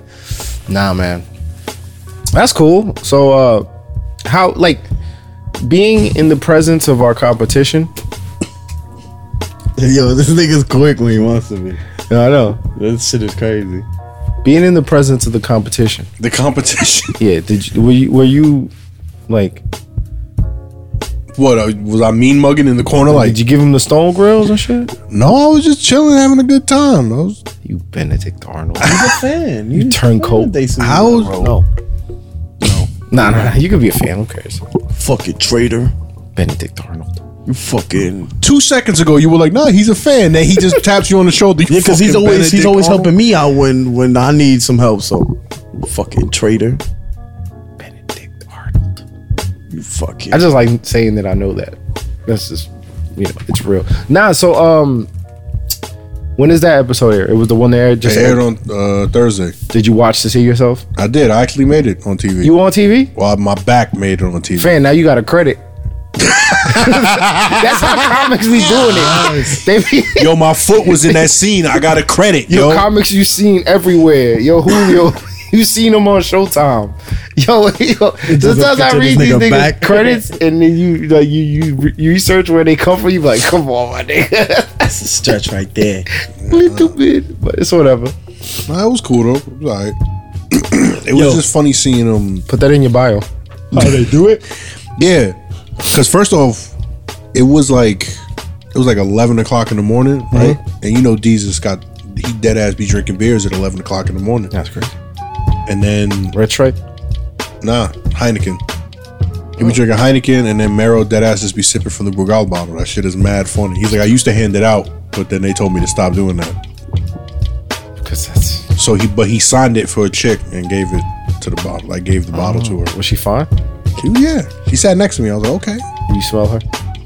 Speaker 2: Nah, man, that's cool. So, uh how like being in the presence of our competition?
Speaker 3: Yo, this nigga's quick when he wants to be.
Speaker 2: Yeah, I know.
Speaker 3: This shit is crazy.
Speaker 2: Being in the presence of the competition.
Speaker 1: The competition. [laughs]
Speaker 2: Yeah. Did you, were you were you like?
Speaker 1: What uh, was I mean mugging in the corner? Like,
Speaker 2: Did you give him the stone grills and shit?
Speaker 1: no, I was just chilling, having a good time. I was
Speaker 2: You Benedict Arnold.
Speaker 3: He's a fan. You,
Speaker 2: turncoat.
Speaker 3: They see
Speaker 1: I
Speaker 3: you,
Speaker 1: was-
Speaker 3: bro.
Speaker 2: No. No. Nah, nah, nah. You could be a fan. Who cares?
Speaker 3: fucking traitor.
Speaker 2: Benedict Arnold.
Speaker 3: You fucking
Speaker 1: two seconds ago you were like, nah, he's a fan. Then he
Speaker 3: [laughs]
Speaker 1: just taps you on the shoulder.
Speaker 3: yeah, because he's always he's always helping me out when when I need some help. So, you fucking traitor.
Speaker 2: Benedict Arnold.
Speaker 3: You fucking.
Speaker 2: I just like saying that I know that. That's just, you know, it's real. Nah, so, um, when is that episode air? It was the one that aired just
Speaker 1: It aired on uh, Thursday.
Speaker 2: Did you watch to see yourself?
Speaker 1: I did. I actually made it on TV.
Speaker 2: You on TV?
Speaker 1: well, my back made it on TV.
Speaker 2: Fan, now you got a credit. [laughs] That's how comics be doing it. They be
Speaker 1: Yo, my foot was in that scene. I got a credit,
Speaker 2: Yo,
Speaker 1: yo.
Speaker 2: comics you seen everywhere. Yo, Julio, [laughs] you seen them on Showtime. Yo, [laughs] yo
Speaker 3: doesn't
Speaker 2: sometimes I
Speaker 3: picture
Speaker 2: read
Speaker 3: this
Speaker 2: these
Speaker 3: nigga
Speaker 2: niggas
Speaker 3: back.
Speaker 2: credits, and then you like you you re- you research where they come from. You be like, come on, my nigga, [laughs]
Speaker 3: That's a stretch right there.
Speaker 2: little bit, but it's whatever.
Speaker 1: Nah, it was cool though. It was alright. [clears throat] it was
Speaker 3: Yo.
Speaker 1: just funny seeing him.
Speaker 2: Put that in your bio.
Speaker 3: How they do it?
Speaker 1: Yeah, because first off, it was like it was like eleven o'clock in the morning,
Speaker 3: Mm-hmm.
Speaker 1: right? And you know, Jesus got he dead ass be drinking beers at eleven o'clock in the morning,
Speaker 2: That's crazy.
Speaker 1: and then
Speaker 2: Red Stripe.
Speaker 1: Nah, Heineken.
Speaker 2: Oh.
Speaker 1: He be drinking Heineken, and then Mero deadass just be sipping from the Brugal bottle. That shit is mad funny. He's like, I used to hand it out, but then they told me to stop doing that.
Speaker 2: Because that's
Speaker 1: So he, but he signed it for a chick and gave it to the bottle. Like gave the bottle to her.
Speaker 2: was she fine?
Speaker 1: She, yeah, she sat next to me. I was like, okay.
Speaker 2: You smell her?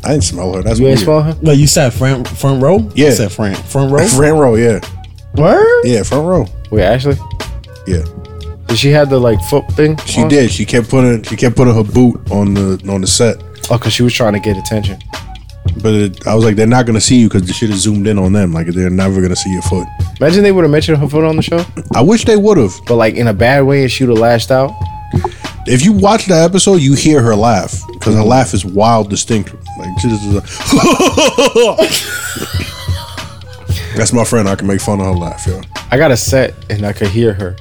Speaker 1: I didn't smell her. That's
Speaker 2: You
Speaker 1: weird.
Speaker 2: ain't smell her?
Speaker 4: Like you said, front front row.
Speaker 1: Yeah.
Speaker 4: You said front front row.
Speaker 1: Front row, yeah,
Speaker 2: What?
Speaker 1: yeah, front row,
Speaker 2: Wait, Ashley,
Speaker 1: yeah.
Speaker 2: did she have the like foot thing?
Speaker 1: She
Speaker 2: on?
Speaker 1: did. She kept putting, she kept putting her boot on the on the set.
Speaker 2: Oh, because she was trying to get attention.
Speaker 1: But it, I was like, they're not gonna see you because the shit is zoomed in on them. Like they're never gonna see your foot.
Speaker 2: Imagine they would have mentioned her foot on the show,
Speaker 1: I wish they would have.
Speaker 2: but like in a bad way, and she would have lashed out.
Speaker 1: if you watch that episode, you hear her laugh because her laugh is wild, distinct. Like she just is like, [laughs] that's my friend. I can make fun of her laugh. Yeah,
Speaker 2: I got a set and I could hear her.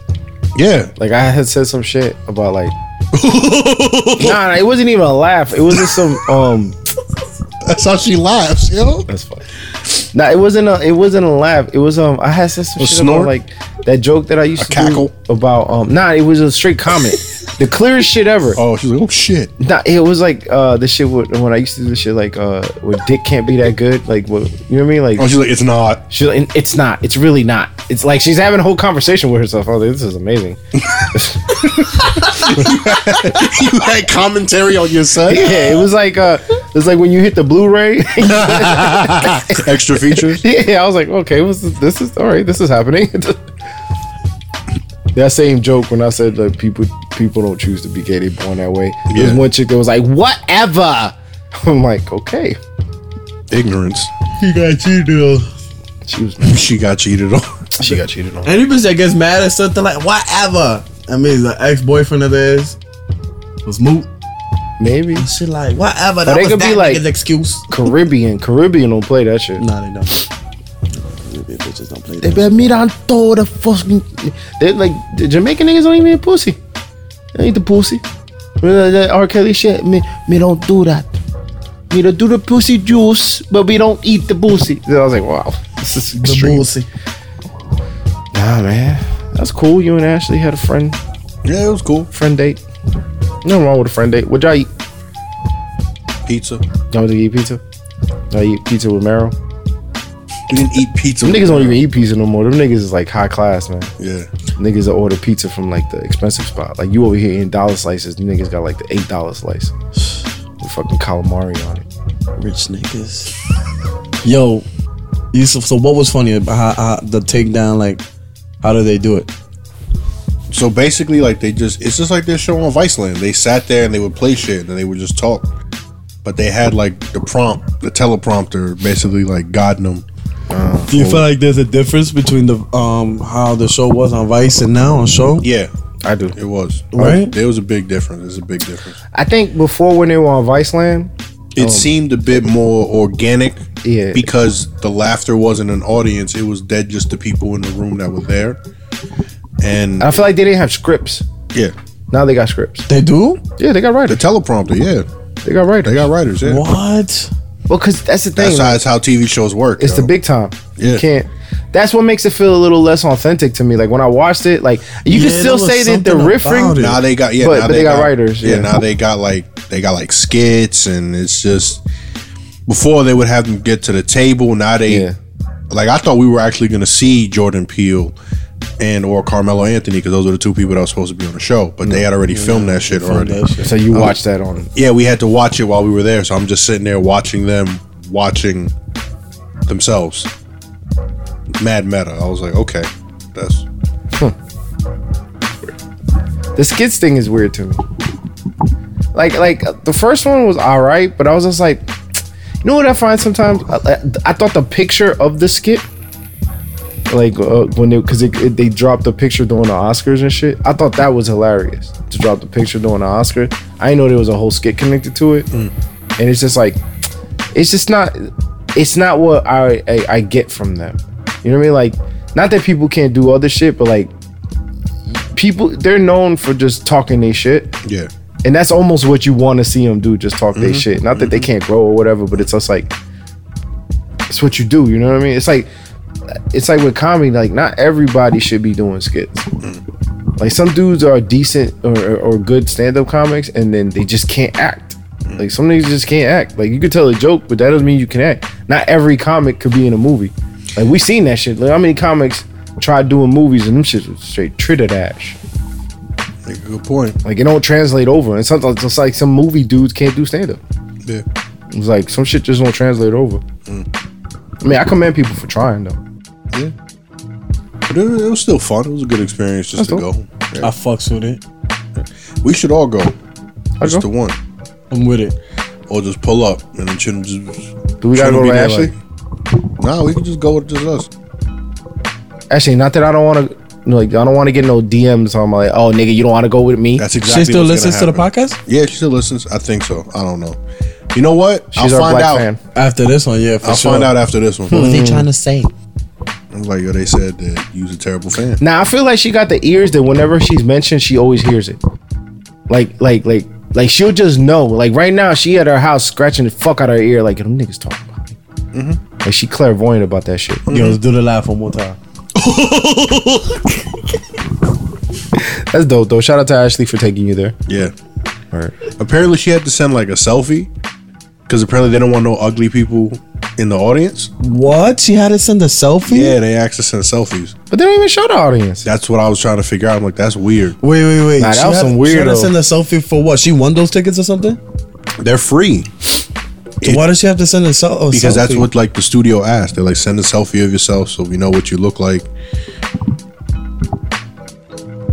Speaker 1: yeah.
Speaker 2: Like I had said some shit
Speaker 1: [laughs]
Speaker 2: about like Nah, nah, it wasn't even a laugh. It was just some
Speaker 1: [laughs]
Speaker 2: um
Speaker 1: That's how she laughs. Yo,
Speaker 2: that's funny. Nah, it wasn't a it wasn't a laugh. It was um I had said some
Speaker 1: A
Speaker 2: shit
Speaker 1: snort?
Speaker 2: about like that joke that I used to do
Speaker 1: cackle?
Speaker 2: about um nah it was a
Speaker 1: [laughs]
Speaker 2: straight comment. the clearest shit ever.
Speaker 1: oh, she's like, oh shit.
Speaker 2: Nah, it was like uh the shit with, when I used to do the shit like uh where dick can't be that good, like what you know what I mean? Like
Speaker 1: Oh, she's like, it's
Speaker 2: [laughs]
Speaker 1: not.
Speaker 2: She's like, it's not. It's really not. It's like she's having a whole conversation with herself. Oh, this is amazing.
Speaker 1: you had commentary on your son.
Speaker 2: Yeah, it was like uh, it's like when you hit the Blu-ray.
Speaker 1: [laughs] Extra features.
Speaker 2: [laughs] yeah, I was like, okay, what's this, this is all right. This is happening. [laughs] that same joke when I said that people people don't choose to be gay, they born that way. There's
Speaker 1: Yeah.
Speaker 2: one chick that was like, whatever. [laughs] I'm like, okay,
Speaker 1: Ignorance.
Speaker 4: He got you, dude.
Speaker 2: she was
Speaker 1: She got cheated on.
Speaker 2: she got cheated on.
Speaker 4: Any bitch that gets mad at something like whatever.
Speaker 3: I mean, the ex boyfriend of theirs was moot.
Speaker 2: Maybe
Speaker 4: She like whatever.
Speaker 2: But
Speaker 4: That
Speaker 2: they
Speaker 4: was
Speaker 2: could be
Speaker 4: that
Speaker 2: like-
Speaker 4: nigga's excuse.
Speaker 2: Caribbean Caribbean don't play that shit.
Speaker 3: Nah, they don't. They bitches don't play
Speaker 2: They [laughs]
Speaker 3: that.
Speaker 2: be like, mira, todo the fucking. They like the Jamaican niggas don't even eat pussy. They eat the pussy. Remember That R. Kelly shit. Me, me don't do that. Me don't do the pussy juice, but we don't eat the pussy. Then I was like, wow, this is
Speaker 3: The
Speaker 2: extreme.
Speaker 3: bullseye.
Speaker 2: Nah, man, that's cool. You and Ashley had a friend
Speaker 1: Yeah, it was cool.
Speaker 2: friend date. Nothing wrong with a friend date. What y'all eat?
Speaker 1: Pizza.
Speaker 2: Y'all want to eat pizza? Y'all eat pizza with marrow?
Speaker 1: We didn't eat pizza.
Speaker 2: Them niggas don't even eat pizza no more. Them niggas is like high class, man.
Speaker 1: Yeah.
Speaker 2: Niggas that order pizza from like the expensive spot. Like you over here eating dollar slices, you niggas got like the eight dollar slice. [sighs] With fucking calamari on it.
Speaker 3: Rich niggas. Yo, you, so, so what was funny about how, how the takedown? Like, how do they do it?
Speaker 1: So basically, like they just it's just like their show on Viceland. They sat there and they would play shit and then they would just talk. But they had like the prompt, the teleprompter basically like guiding them.
Speaker 3: Do you feel like there's a difference between the um how the show was on Vice and now on Show?
Speaker 1: Yeah,
Speaker 2: I do.
Speaker 1: it was.
Speaker 3: Right?
Speaker 1: There was a big difference. There's a big difference.
Speaker 2: I think before when they were on Viceland,
Speaker 1: It seemed a bit more organic.
Speaker 2: Um, Yeah.
Speaker 1: Because the laughter wasn't an audience. It was dead just the people in the room that were there. And
Speaker 2: I feel like they didn't have scripts.
Speaker 1: yeah.
Speaker 2: Now they got scripts.
Speaker 3: They do?
Speaker 2: Yeah, they got
Speaker 1: The
Speaker 2: writers.
Speaker 1: teleprompter, yeah.
Speaker 2: They got
Speaker 1: They
Speaker 2: writers.
Speaker 1: got writers, yeah.
Speaker 3: What?
Speaker 2: Well, cause that's the thing.
Speaker 1: That's how,
Speaker 2: like,
Speaker 1: that's how TV shows work.
Speaker 2: it's
Speaker 1: yo.
Speaker 2: the big time.
Speaker 1: Yeah.
Speaker 2: You can't that's what makes it feel a little less authentic to me. Like when I watched it, like you
Speaker 3: Yeah,
Speaker 2: can still
Speaker 3: there was
Speaker 2: say that they're
Speaker 3: something
Speaker 2: riffing.
Speaker 3: about it.
Speaker 1: Now they got yeah.
Speaker 2: But-
Speaker 1: now
Speaker 2: but they got writers,
Speaker 1: Yeah.
Speaker 2: yeah.
Speaker 1: Now they got like they got like skits and it's just before they would have them get to the table. Now they
Speaker 2: Yeah.
Speaker 1: like I thought we were actually gonna see Jordan Peele and or Carmelo Anthony because those were the two people that were supposed to be on the show, but they had already filmed that shit already.
Speaker 3: That shit.
Speaker 2: So you watch that on
Speaker 1: Yeah, we had to watch it while we were there, so I'm just sitting there watching them watching themselves. Mad meta. I was like, okay, that's
Speaker 2: The skits thing is weird to me. Like like uh, the first one was all right, but I was just like, you know what I find sometimes? I, I- I thought the picture of the skit, like uh, when they because it, it- they dropped the picture during the Oscars and shit. I thought that was hilarious to drop the picture during the Oscar. I didn't know there was a whole skit connected to it, and it's just like, it's just not, it's not what I, I I get from them. You know what I mean? Like, not that people can't do other shit, but like people they're known for just talking they shit
Speaker 1: Yeah.
Speaker 2: and that's almost what you want to see them do just talk they shit not that they can't grow or whatever but it's just like it's what you do you know what i mean it's like it's like with comedy like not everybody should be doing skits like some dudes are decent or, or good stand-up comics and then they just can't act like some niggas just can't act like you could tell a joke but that doesn't mean you can act not every comic could be in a movie like we seen that shit like how many comics tried doing movies and them shit was straight tritter dash
Speaker 1: Make a good point.
Speaker 2: like it don't translate over. And sometimes it's like some movie dudes can't do stand up.
Speaker 1: Yeah.
Speaker 2: It's like some shit just don't translate over. I mean, I commend people for trying though.
Speaker 1: But it, it was still fun. It was a good experience just
Speaker 2: That's
Speaker 1: to
Speaker 2: dope.
Speaker 1: go. Yeah.
Speaker 4: I fucks with it.
Speaker 1: We should all go.
Speaker 2: I'll
Speaker 1: Just
Speaker 2: go.
Speaker 1: the one.
Speaker 4: I'm with it.
Speaker 1: Or just pull up and then shouldn't just.
Speaker 2: Do we gotta
Speaker 1: shouldn't
Speaker 2: go
Speaker 1: be
Speaker 2: to
Speaker 1: there,
Speaker 2: Ashley?
Speaker 1: like- nah, we can just go with just us.
Speaker 2: Actually, not that I don't want to. Like I don't want to get no DMs on my like, oh nigga, you don't want to go with me.
Speaker 1: That's
Speaker 4: She
Speaker 1: exactly.
Speaker 4: still
Speaker 1: what's
Speaker 4: listens to
Speaker 1: gonna
Speaker 4: the
Speaker 1: happen.
Speaker 4: podcast
Speaker 1: Yeah, she still listens. I think so. I don't know. You know what?
Speaker 2: She's our black fan. Hmm.
Speaker 4: after this one. Yeah, for
Speaker 1: I'll
Speaker 4: sure.
Speaker 1: find out after this one.
Speaker 4: they trying to say?
Speaker 1: I'm like, yo, they said that you was a terrible fan.
Speaker 2: Now I feel like she got the ears that whenever she's mentioned, she always hears it. Like, like, like, like she'll just know. Like right now, she at her house scratching the fuck out her ear. Like them niggas talking about me.
Speaker 1: Mm-hmm.
Speaker 2: Like she clairvoyant about that shit.
Speaker 4: Yo, let's do the live one more time.
Speaker 2: That's dope though. Shout out to Ashley for taking you there.
Speaker 1: Yeah.
Speaker 2: All right.
Speaker 1: Apparently, she had to send like a selfie because apparently they don't want no ugly people in the audience.
Speaker 2: Hmm?
Speaker 4: What? She had to send a selfie?
Speaker 1: Yeah, they asked to send selfies.
Speaker 2: But they don't even show the audience.
Speaker 1: That's what I was trying to figure out. I'm like, that's weird.
Speaker 4: Wait, wait, wait.
Speaker 2: Nah,
Speaker 4: she
Speaker 2: that
Speaker 4: had,
Speaker 2: was some
Speaker 4: She had to
Speaker 2: weirdo.
Speaker 4: send a selfie for what? She won those tickets or something?
Speaker 1: They're free
Speaker 4: So why does she have to send a, sel- a selfie?
Speaker 1: because that's what like the studio asked. They're like, send a selfie of yourself so we know what you look like.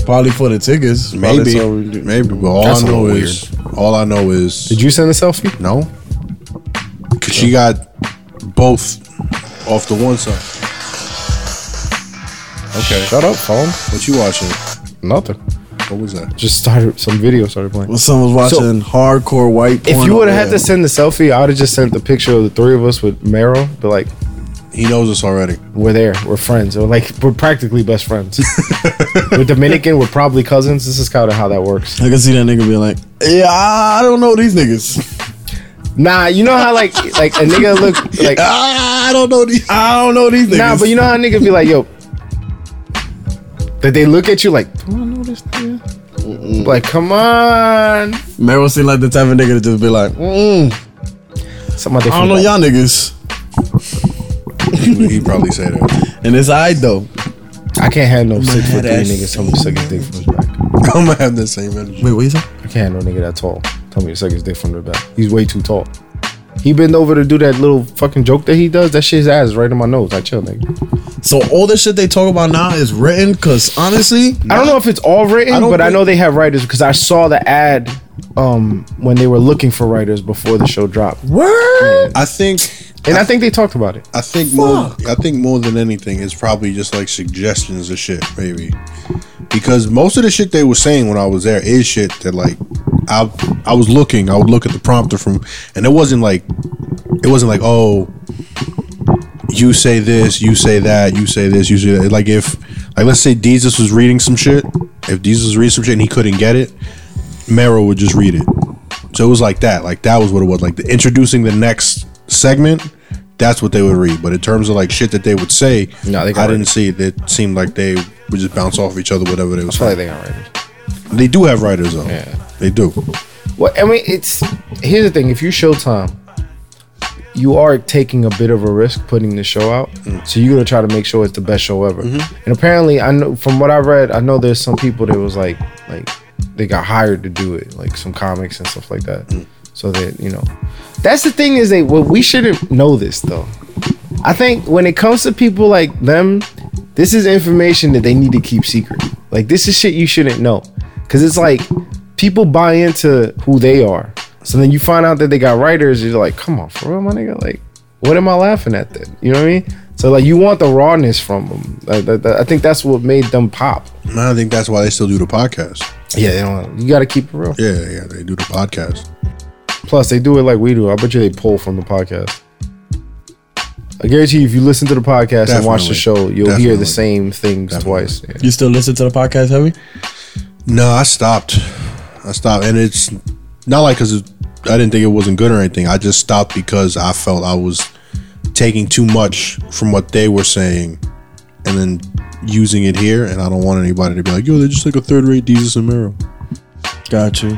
Speaker 4: Probably for the tickets. Probably
Speaker 1: Maybe,
Speaker 4: so-
Speaker 1: maybe. But all
Speaker 2: That's
Speaker 1: I
Speaker 2: a
Speaker 1: know
Speaker 2: little
Speaker 1: is, all I know is,
Speaker 2: Did you send a selfie?
Speaker 1: no, because she got both off the one side. Okay,
Speaker 2: Shut up, phone.
Speaker 1: what you watching?
Speaker 2: Nothing.
Speaker 1: What was that?
Speaker 2: Just started some video started playing.
Speaker 3: Well, someone was
Speaker 2: So-
Speaker 3: watching hardcore white.
Speaker 2: If
Speaker 3: porn
Speaker 2: you would have
Speaker 3: over
Speaker 2: had to
Speaker 3: there.
Speaker 2: send the selfie, I would have just sent the picture of the three of us with Meryl. But like,
Speaker 1: He knows us already.
Speaker 2: we're there. We're friends. Or like, we're practically best
Speaker 3: [laughs]
Speaker 2: friends. we're Dominican. We're probably cousins. This is kind of how that works.
Speaker 3: I can see that nigga being like, yeah, I don't know
Speaker 2: [laughs]
Speaker 3: these niggas.
Speaker 2: Nah, you know how like like a nigga look
Speaker 3: [laughs]
Speaker 2: like
Speaker 4: Ah,
Speaker 3: I, I don't know these. I don't know these niggas.
Speaker 2: nah, but you know how a nigga be like, yo. That they look at you like, do I know this nigga? Like, come on.
Speaker 3: Meryl seemed like the type of nigga to just be like, mm,
Speaker 2: Somebody
Speaker 3: I don't know y'all niggas.
Speaker 1: he probably say [laughs] that.
Speaker 3: And it's alright though.
Speaker 2: I can't have no six foot
Speaker 3: had
Speaker 2: three
Speaker 3: ass.
Speaker 2: niggas tell me to suck his dick from his back.
Speaker 1: I'm gonna have that same energy.
Speaker 3: Wait, what you say?
Speaker 2: I can't have no nigga that tall tell me to suck his dick from the back. He's way too tall. He bend over to do that little fucking joke that he does. That shit's ass is right in my nose. I chill, nigga.
Speaker 3: So all the shit they talk about now is written because honestly,
Speaker 2: I don't know if it's all written,
Speaker 1: I don't
Speaker 2: but I
Speaker 1: think-
Speaker 2: know they have writers because I saw the ad um, when they were looking for writers before the show dropped,
Speaker 3: word.
Speaker 1: I think,
Speaker 2: and I think they talked about it.
Speaker 1: I think more, I think more than anything, it's probably just like suggestions of shit, maybe, because most of the shit they were saying when I was there is shit that like, I, I was looking, I would look at the prompter from, and it wasn't like, it wasn't like, oh, you say this, you say that, you say this, you say that. Like if, like let's say Jesus was reading some shit, if Jesus was reading some shit and he couldn't get it, Meryl would just read it. So it was like that. Like that was what it was. Like the introducing the next segment, that's what they would read. But in terms of like shit that they would say,
Speaker 2: No, they got
Speaker 1: I
Speaker 2: it.
Speaker 1: didn't see it. It seemed like they would just bounce off each other, whatever they was
Speaker 2: Probably
Speaker 1: saying.
Speaker 2: they got writers.
Speaker 1: They do have writers though.
Speaker 2: Yeah.
Speaker 1: They do.
Speaker 2: Well, I mean, it's here's the thing: if you show time, you are taking a bit of a risk putting the show out, so you're gonna try to make sure it's the best show ever. And apparently, I know from what I read, I know there's some people that was like, like they got hired to do it, like some comics and stuff like that. So that you know, that's the thing is they well, we shouldn't know this though. I think when it comes to people like them, this is information that they need to keep secret. Like this is shit you shouldn't know, because it's like people buy into who they are. So then you find out that they got writers. You're like, come on, for real, my nigga. Like, what am I laughing at then? You know what I mean? So like, you want the rawness from them. Like, that- that- I think that's what made them pop.
Speaker 1: I think that's why they still do the podcast.
Speaker 2: Yeah, they don't, you got to keep it real.
Speaker 1: Yeah, yeah, they do the podcast.
Speaker 2: Plus, they do it like we do. I bet you they pull from the podcast. I guarantee you, if you listen to the podcast and watch the
Speaker 1: Definitely.
Speaker 2: show, you'll
Speaker 1: Definitely.
Speaker 2: hear the same things twice. Yeah.
Speaker 3: You still listen to the podcast, heavy?
Speaker 1: No, I stopped. I stopped, and it's not like because I didn't think it wasn't good or anything. I just stopped because I felt I was taking too much from what they were saying, and then using it here. And I don't want anybody to be like, "Yo, they're just like a third-rate Jesus and Mero."
Speaker 3: Got you.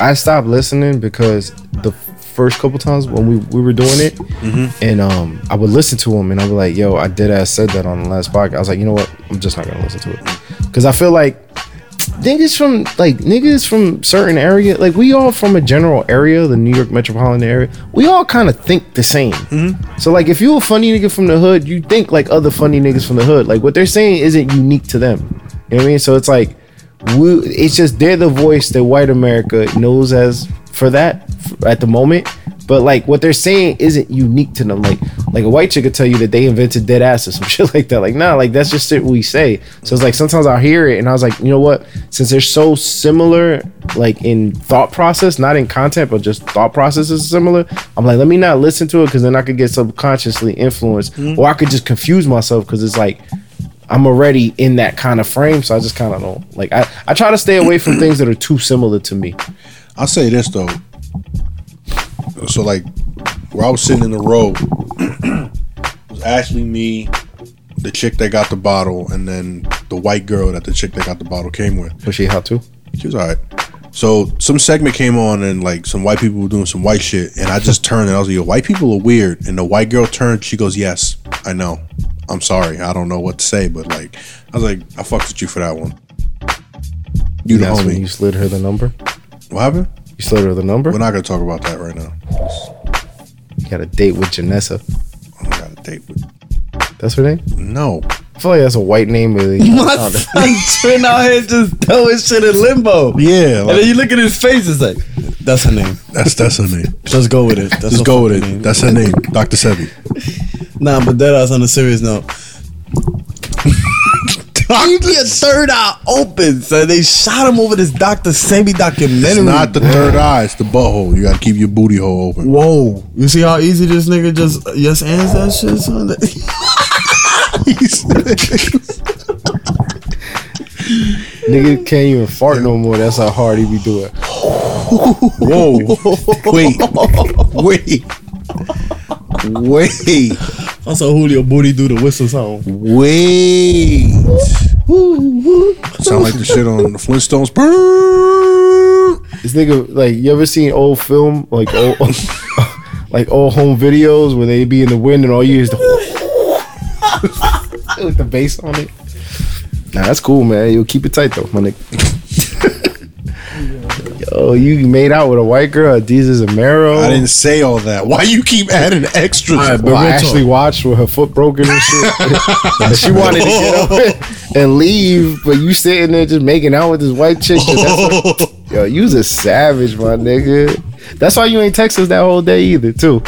Speaker 2: I stopped listening because the first couple times when we, we were doing it,
Speaker 1: Mm-hmm.
Speaker 2: and um, I would listen to them and I'd be like, "Yo, I did ass said that on the last podcast." I was like, "You know what? I'm just not gonna listen to it," because I feel like niggas from like niggas from certain area, like we all from a general area, the New York metropolitan area, we all kind of think the same. So like, if you a funny nigga from the hood, you think like other funny niggas from the hood. Like what they're saying isn't unique to them. You know what I mean? So it's like we, it's just they're the voice that white America knows as for that f- at the moment. But like what they're saying isn't unique to them. Like like a white chick could tell you that they invented dead ass or some [laughs] shit like that. Like nah, like that's just shit we say. So it's like sometimes I hear it and I was like, you know what? Since they're so similar, like in thought process, not in content, but just thought process is similar. I'm like, let me not listen to it because then I could get subconsciously influenced,
Speaker 1: Mm-hmm.
Speaker 2: or I could just confuse myself because it's like I'm already in that kind of frame, so I just kind of don't like. I, I try to stay away
Speaker 1: [clears throat]
Speaker 2: from things that are too similar to me.
Speaker 1: I'll say this though. So like where I was sitting in the row [clears throat] was actually me, the chick that got the bottle, and then the white girl that the chick that got the bottle came with.
Speaker 2: Was she how to?
Speaker 1: She was alright. So some segment came on and like some white people were doing some white shit, and I just turned and I was like, "Yo, white people are weird." And the white girl turned. She goes, "Yes, I know. I'm sorry. I don't know what to say, but like, I was like, I fucked with you for that one. You the
Speaker 2: That's when
Speaker 1: homie.
Speaker 2: you slid her the number.
Speaker 1: what happened?
Speaker 2: You slid her the number.
Speaker 1: We're not gonna talk about that right now.
Speaker 2: You had a date with Janessa.
Speaker 1: I got a date with.
Speaker 2: That's her name.
Speaker 1: No,
Speaker 2: I feel like that's a white name. but you
Speaker 4: My
Speaker 3: Oh,
Speaker 2: found
Speaker 4: [laughs]
Speaker 2: it.
Speaker 4: son been out here just throwing shit in limbo.
Speaker 1: Yeah,
Speaker 4: and
Speaker 1: like-
Speaker 4: then you look at his face, it's like, that's her name.
Speaker 1: that's that's her name.
Speaker 4: Just go with it. That's
Speaker 1: Just
Speaker 4: her
Speaker 1: go with it.
Speaker 4: fucking name.
Speaker 1: That's her name, Doctor Sebi.
Speaker 4: Nah, but that ass on a serious [laughs] note. Keep your third eye open, so they shot him over this Dr. Sebi
Speaker 1: It's
Speaker 4: documentary.
Speaker 1: not the third eye; it's the butthole. You gotta keep your booty hole open.
Speaker 4: Whoa.
Speaker 3: You see how easy this nigga just yes ands that shit? Son? [laughs]
Speaker 2: Nigga can't even fart no more. That's how hard he be doing.
Speaker 1: Whoa! [laughs] Wait, wait, wait,
Speaker 4: Also, Julio Booty do the whistle song.
Speaker 1: wait! Sound like the shit on the Flintstones. Brrrr.
Speaker 2: This nigga, like, you ever seen old film, like old, [laughs] like old home videos where they be in the wind and all you hear is the [laughs] with the bass on it. Nah, that's cool, man. You'll keep it tight though, my nigga. [laughs] Yo, you made out with a white girl, Adidas Amaro.
Speaker 1: I didn't say all that. Why you keep adding extras?
Speaker 3: All right, but
Speaker 2: Well, I
Speaker 3: real
Speaker 2: actually
Speaker 3: talk.
Speaker 2: watched with her foot broken and shit. [laughs] And she wanted to get up and leave, but you sitting there just making out with this white chick. 'cause That's what- [laughs] yo, you's a savage, my nigga. That's why you ain't text us that whole day either, too.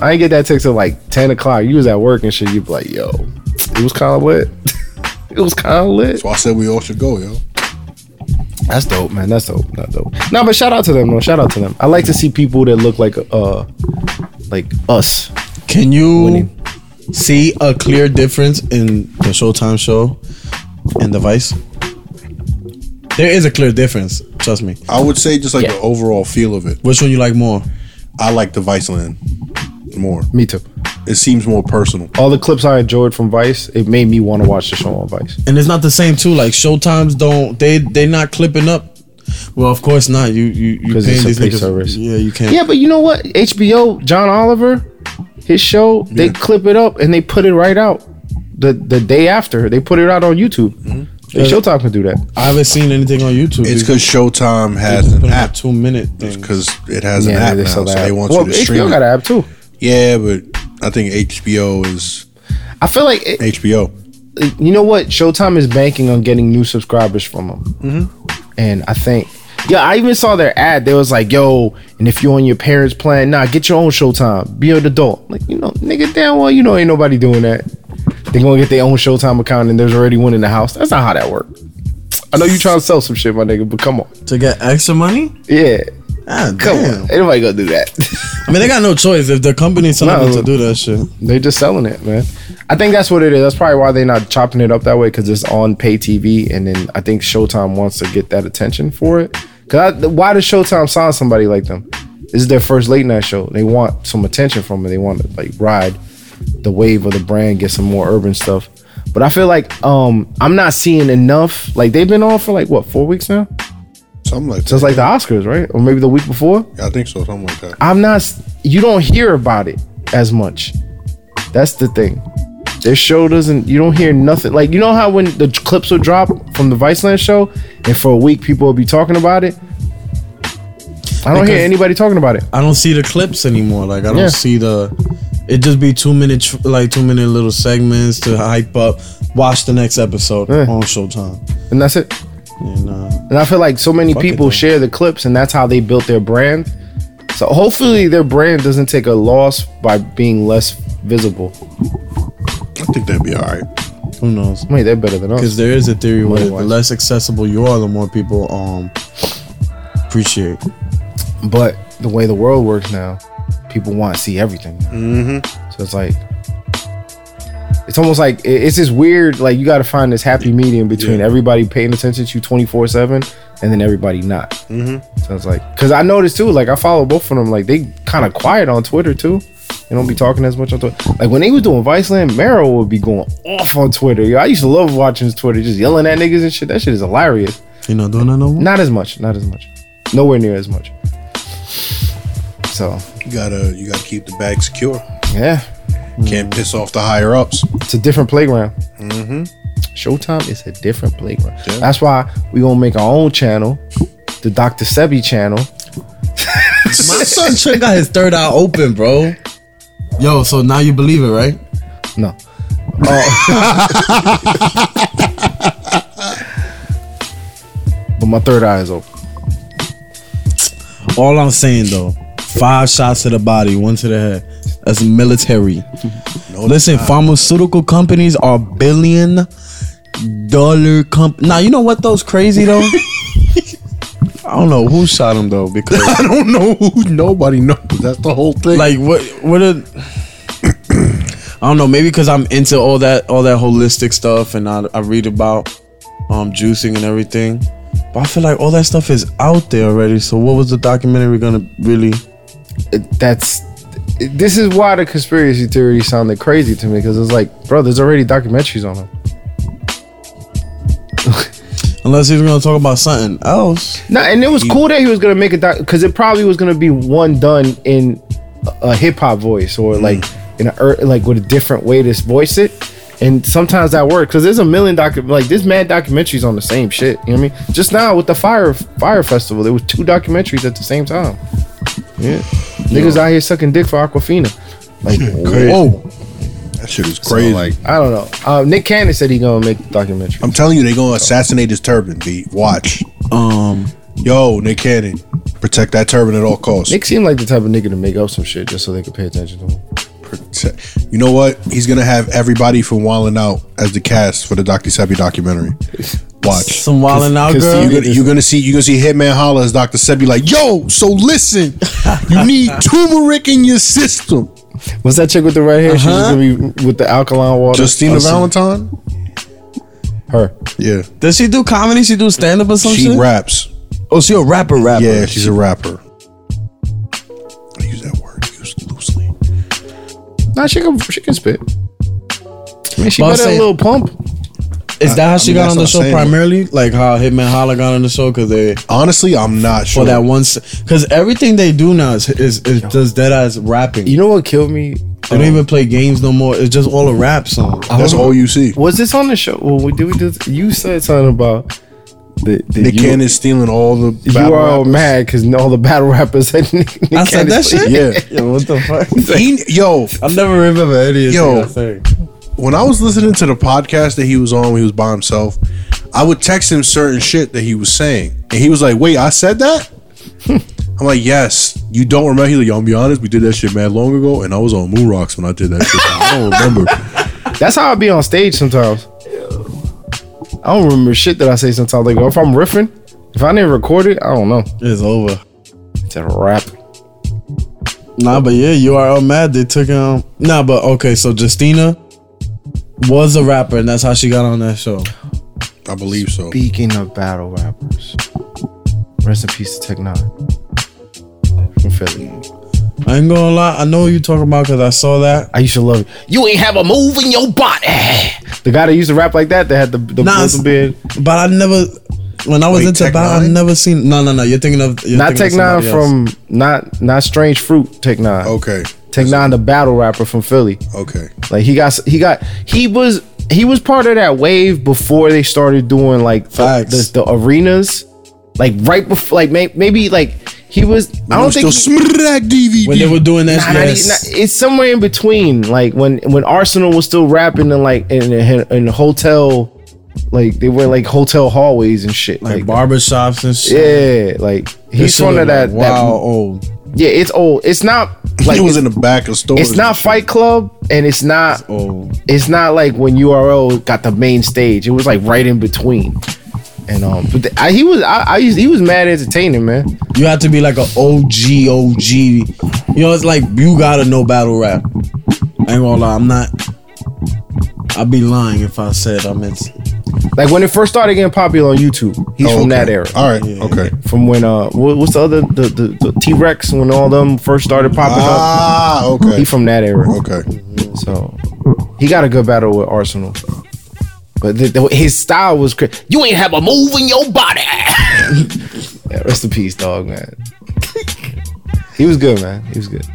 Speaker 2: I ain't get that text till like 10 o'clock. You was at work and shit. You be like, yo, it was kind of lit. [laughs] It was kind of lit.
Speaker 1: so I said we all should go, yo.
Speaker 2: That's dope, man. That's dope. That's dope. No, but shout out to them, though. Shout out to them. I like to see people that look like uh, like us.
Speaker 3: Can you
Speaker 2: Winning.
Speaker 3: see a clear difference in the Showtime show and the Vice? There is a clear difference. Trust me.
Speaker 1: I would say just like
Speaker 2: Yeah.
Speaker 1: the overall feel of it.
Speaker 3: Which one you like more?
Speaker 1: I like the Viceland more.
Speaker 2: Me too.
Speaker 1: It seems more personal.
Speaker 2: all the clips I enjoyed from Vice, it made me want to watch the show on Vice.
Speaker 3: And it's not the same too. Like Showtimes don't they they not clipping up. Well, of course not. You you you
Speaker 2: 'Cause
Speaker 3: paying
Speaker 2: it's a
Speaker 3: these
Speaker 2: pay
Speaker 3: niggas.
Speaker 2: service.
Speaker 3: Yeah, you can't.
Speaker 2: Yeah, but you know what? HBO, John Oliver, his show, they clip it up and they put it right out the the day after. They put it out on YouTube.
Speaker 1: Mm-hmm.
Speaker 2: They Showtime can do that.
Speaker 3: I haven't seen anything on YouTube.
Speaker 1: It's because Showtime has an
Speaker 3: putting
Speaker 1: app
Speaker 3: up two minute thing.
Speaker 1: because it has an app now, so
Speaker 2: sell that.
Speaker 1: they want
Speaker 2: well,
Speaker 1: you to
Speaker 2: HBO
Speaker 1: stream it.
Speaker 2: got an app too.
Speaker 1: Yeah, but I think HBO is
Speaker 2: I feel like it,
Speaker 1: HBO.
Speaker 2: you know what? Showtime is banking on getting new subscribers from them. And I think, yeah, I even saw their ad. They was like, yo, and if you're on your parents' plan, nah, get your own Showtime. Be an adult. Like, you know, nigga, damn well, you know, ain't nobody doing that. They gonna get their own Showtime account and there's already one in the house. That's not how that works. I know you trying to sell some shit, my nigga, but come on.
Speaker 4: to get extra money.
Speaker 2: Yeah.
Speaker 3: Ah,
Speaker 2: Come
Speaker 3: damn.
Speaker 2: on. Ain't nobody gonna do that. [laughs]
Speaker 3: I mean, they got no choice if the company's telling
Speaker 2: No.
Speaker 3: them to do that shit.
Speaker 2: They're just selling it, man. I think that's what it is. That's probably why they're not chopping it up that way because it's on pay TV, and then I think Showtime wants to get that attention for it. Cause I, why does Showtime sign somebody like them? This is their first late night show. They want some attention from it. They want to like ride the wave of the brand, get some more urban stuff. But I feel like um I'm not seeing enough. Like they've been on for like what four weeks now?
Speaker 1: Something like that.
Speaker 2: Since like the Oscars, right? Or maybe the week before.
Speaker 1: I think so. Something like that.
Speaker 2: I'm not. You don't hear about it as much. That's the thing. Their show doesn't. You don't hear nothing. Like you know how when the clips would drop from the Viceland show, and for a week people would be talking about it. I don't hear
Speaker 3: Because-
Speaker 2: anybody talking about it.
Speaker 3: I don't see the clips anymore. Like I don't
Speaker 2: Yeah.
Speaker 3: see the. It just be two minute, tr- like two minute little segments to hype up. Watch the next episode
Speaker 2: Yeah.
Speaker 3: on Showtime.
Speaker 2: And that's it.
Speaker 3: And uh,
Speaker 2: And I feel like so many
Speaker 3: Fuck it,
Speaker 2: people
Speaker 3: though.
Speaker 2: share the clips, and that's how they built their brand. So hopefully their brand doesn't take a loss by being less visible.
Speaker 1: I think that'd be all right.
Speaker 3: who knows?
Speaker 2: Wait, they're better than us.
Speaker 3: Because there is a theory where the
Speaker 2: Money-wise.
Speaker 3: less accessible you are, the more people um appreciate.
Speaker 2: But the way the world works now, people want to see everything. So it's like, it's almost like it- it's this weird. Like you got to find this happy medium between everybody paying attention to you twenty four seven, and then everybody not. So it's like, cause I noticed too. Like I follow both of them. Like they kind of quiet on Twitter too. They don't be talking as much on Twitter. Like when they was doing Viceland, Meryl would be going off on Twitter. Yo, I used to love watching his Twitter, just yelling at niggas and shit. That shit is hilarious.
Speaker 3: You know, doing that no more.
Speaker 2: Not as much. Not as much. Nowhere near as much. So
Speaker 1: You gotta you gotta keep the bag secure.
Speaker 2: yeah,
Speaker 1: Can't piss off the higher ups. [laughs]
Speaker 2: it's a different playground. Showtime is a different playground.
Speaker 1: Yeah.
Speaker 2: That's why we gonna make our own channel, the Dr. Sebi channel.
Speaker 3: My son should got his third eye open, bro. Yo, so now you believe it, right?
Speaker 2: No, Uh, [laughs] but my third eye is open.
Speaker 3: All I'm saying though, five shots to the body, one to the head. That's military. Listen, pharmaceutical companies are billion dollar comp. Now you know what those crazy though. I don't know who shot him though
Speaker 1: [laughs]
Speaker 3: because
Speaker 1: I don't know who nobody knows. That's the whole thing.
Speaker 3: like what what a [clears throat] I don't know maybe because I'm into all that all that holistic stuff and I, I read about um juicing and everything but I feel like all that stuff is out there already so what was the documentary gonna really
Speaker 2: It- That's this is why the conspiracy theory sounded crazy to me because it's like, bro, there's already documentaries on him.
Speaker 3: unless he was gonna talk about something else
Speaker 2: No, and it was cool that he was gonna make a doc because it probably was gonna be one done in a, hip hop voice or like in a er, like with a different way to voice it. And sometimes that works because there's a million docu like this mad documentaries on the same shit. You know what I mean? Just now with the fire fire festival, there was two documentaries at the same time. Yeah, niggas out here sucking dick for Aquafina. Like, whoa,
Speaker 1: that shit is crazy. like
Speaker 2: I don't know. Uh, Nick Cannon said he gonna make the documentary.
Speaker 1: I'm telling you, they gonna assassinate his turban. B. Watch,
Speaker 3: um
Speaker 1: yo, Nick Cannon, protect that turban at all costs.
Speaker 2: Nick seemed like the type of nigga to make up some shit just so they could pay attention to him.
Speaker 1: Protect- You know what? He's gonna have everybody from Wildin' Out as the cast for the Dr. Sebi documentary. Watch.
Speaker 3: some wilding out
Speaker 2: 'cause
Speaker 3: girl
Speaker 1: You're gonna, you're gonna see you're gonna see Hitman holla as Dr. Sebi like, yo, so listen,
Speaker 2: [laughs]
Speaker 1: you need turmeric in your system.
Speaker 2: What's that chick with the red hair? She's
Speaker 3: Uh-huh.
Speaker 2: gonna be with the alkaline water.
Speaker 1: Justina
Speaker 2: Oh, she-
Speaker 1: Valentine?
Speaker 2: Her.
Speaker 1: Yeah.
Speaker 3: does she do comedy she do stand up or something
Speaker 1: She raps.
Speaker 3: oh she a rapper rapper
Speaker 1: Yeah, she's a rapper. I use that word used loosely.
Speaker 2: Nah, she can she can spit. I mean, she
Speaker 3: But I'm
Speaker 2: got that
Speaker 3: saying-
Speaker 2: little pump.
Speaker 3: is that how she
Speaker 1: mean,
Speaker 3: got
Speaker 1: that's
Speaker 3: on
Speaker 1: what
Speaker 3: the
Speaker 1: I'm
Speaker 3: show
Speaker 1: saying.
Speaker 3: primarily like how Hitman Holla got on the show because they
Speaker 1: Honestly, I'm not sure.
Speaker 3: for that one because everything they do now is is, is does dead as rapping
Speaker 2: You know what killed me?
Speaker 3: They don't even play games no more. It's just all a rap song.
Speaker 1: That's all you see.
Speaker 2: Was this on the show? Well, we, did we do? You said something about the, the
Speaker 1: Nick
Speaker 2: you,
Speaker 1: Cannon's stealing all the
Speaker 2: You
Speaker 1: battle
Speaker 2: are all
Speaker 1: rappers.
Speaker 2: mad because all the battle rappers said [laughs] Nick, Nick
Speaker 3: I said
Speaker 2: Cannon
Speaker 3: that
Speaker 2: played-
Speaker 3: shit?
Speaker 1: Yeah.
Speaker 3: Yo, what the fuck?
Speaker 1: He, yo,
Speaker 3: I never remember any of
Speaker 1: Yo.
Speaker 3: thing.
Speaker 1: when I was listening to the podcast that he was on, when he was by himself. I would text him certain shit that he was saying, and he was like, "Wait, I said
Speaker 2: [laughs]
Speaker 1: that." I'm like, "Yes, you don't remember." He's like, "Yo, "I'm gonna be honest, we did that shit mad long ago, and I was on Moon Rocks when I did that shit. I don't
Speaker 2: [laughs]
Speaker 1: remember."
Speaker 2: That's how I be on stage sometimes. I don't remember shit that I say sometimes. Like if I'm riffing, if I didn't record it, I don't know.
Speaker 3: It's over.
Speaker 2: It's a rap.
Speaker 3: Nah, but yeah, URL mad. They took um. Nah, but okay. So Justina was a rapper, and that's how she got on that show.
Speaker 1: I believe so.
Speaker 2: Speaking of battle rappers, rest in peace to Tech Nine from Philly.
Speaker 3: I ain't gonna lie. I know what you talking about because I saw that.
Speaker 2: I used to love it. You ain't have a move in your body. The guy that used to rap like that, that had the the
Speaker 3: Nah,
Speaker 2: vocal
Speaker 3: it's-
Speaker 2: beard.
Speaker 3: But I never. When I was
Speaker 1: Wait,
Speaker 3: into
Speaker 1: Tech
Speaker 3: battle, I
Speaker 1: Nine?
Speaker 3: never seen. No, no, no. You're thinking of. You're
Speaker 2: Not
Speaker 3: thinking
Speaker 2: Tech
Speaker 3: of
Speaker 2: Nine
Speaker 3: somebody else.
Speaker 2: from not not Strange Fruit. Tech Nine.
Speaker 1: Okay,
Speaker 2: Tech Nine, the battle rapper from Philly.
Speaker 1: okay.
Speaker 2: Like he got he got he was he was part of that wave before they started doing like the,
Speaker 3: Facts.
Speaker 2: the, the arenas, like right before like may, maybe like he was I don't think. he-
Speaker 1: still smack DVD.
Speaker 4: When they were doing that,
Speaker 2: Nah, not
Speaker 4: yes.
Speaker 2: even- not- it's somewhere in between, like when when Arsenal was still rapping in like in the, in the hotel, like they were in, like hotel hallways and shit. Like,
Speaker 3: like barbershops and shit.
Speaker 2: yeah, like he's one of that.
Speaker 3: Wow, old.
Speaker 2: that yeah, it's old. It's not like
Speaker 1: it was in the back of stores.
Speaker 2: it's not Fight Club, and it's not
Speaker 3: Oh,
Speaker 2: it's not like when URL got the main stage. It was like right in between. And um, but th- I, he was I, I used, he was mad entertaining, man.
Speaker 3: you have to be like a OG, OG. You know, it's like you gotta know battle rap. I ain't gonna lie, I'm not. I'd be lying if I said I'm into.
Speaker 2: Like when it first started getting popular on YouTube, he's
Speaker 1: Oh,
Speaker 2: from
Speaker 1: okay.
Speaker 2: that era.
Speaker 1: All right, okay.
Speaker 2: From when uh, what, what's the other the the, the T Rex when all them first started popping up.
Speaker 1: Ah, okay,
Speaker 2: He from that era,
Speaker 1: okay.
Speaker 2: so he got a good battle with Arsenal. But the, the, his style was cra- you ain't have a move in your body. [laughs] yeah, rest in peace, dog, man. he was good, man. He was good.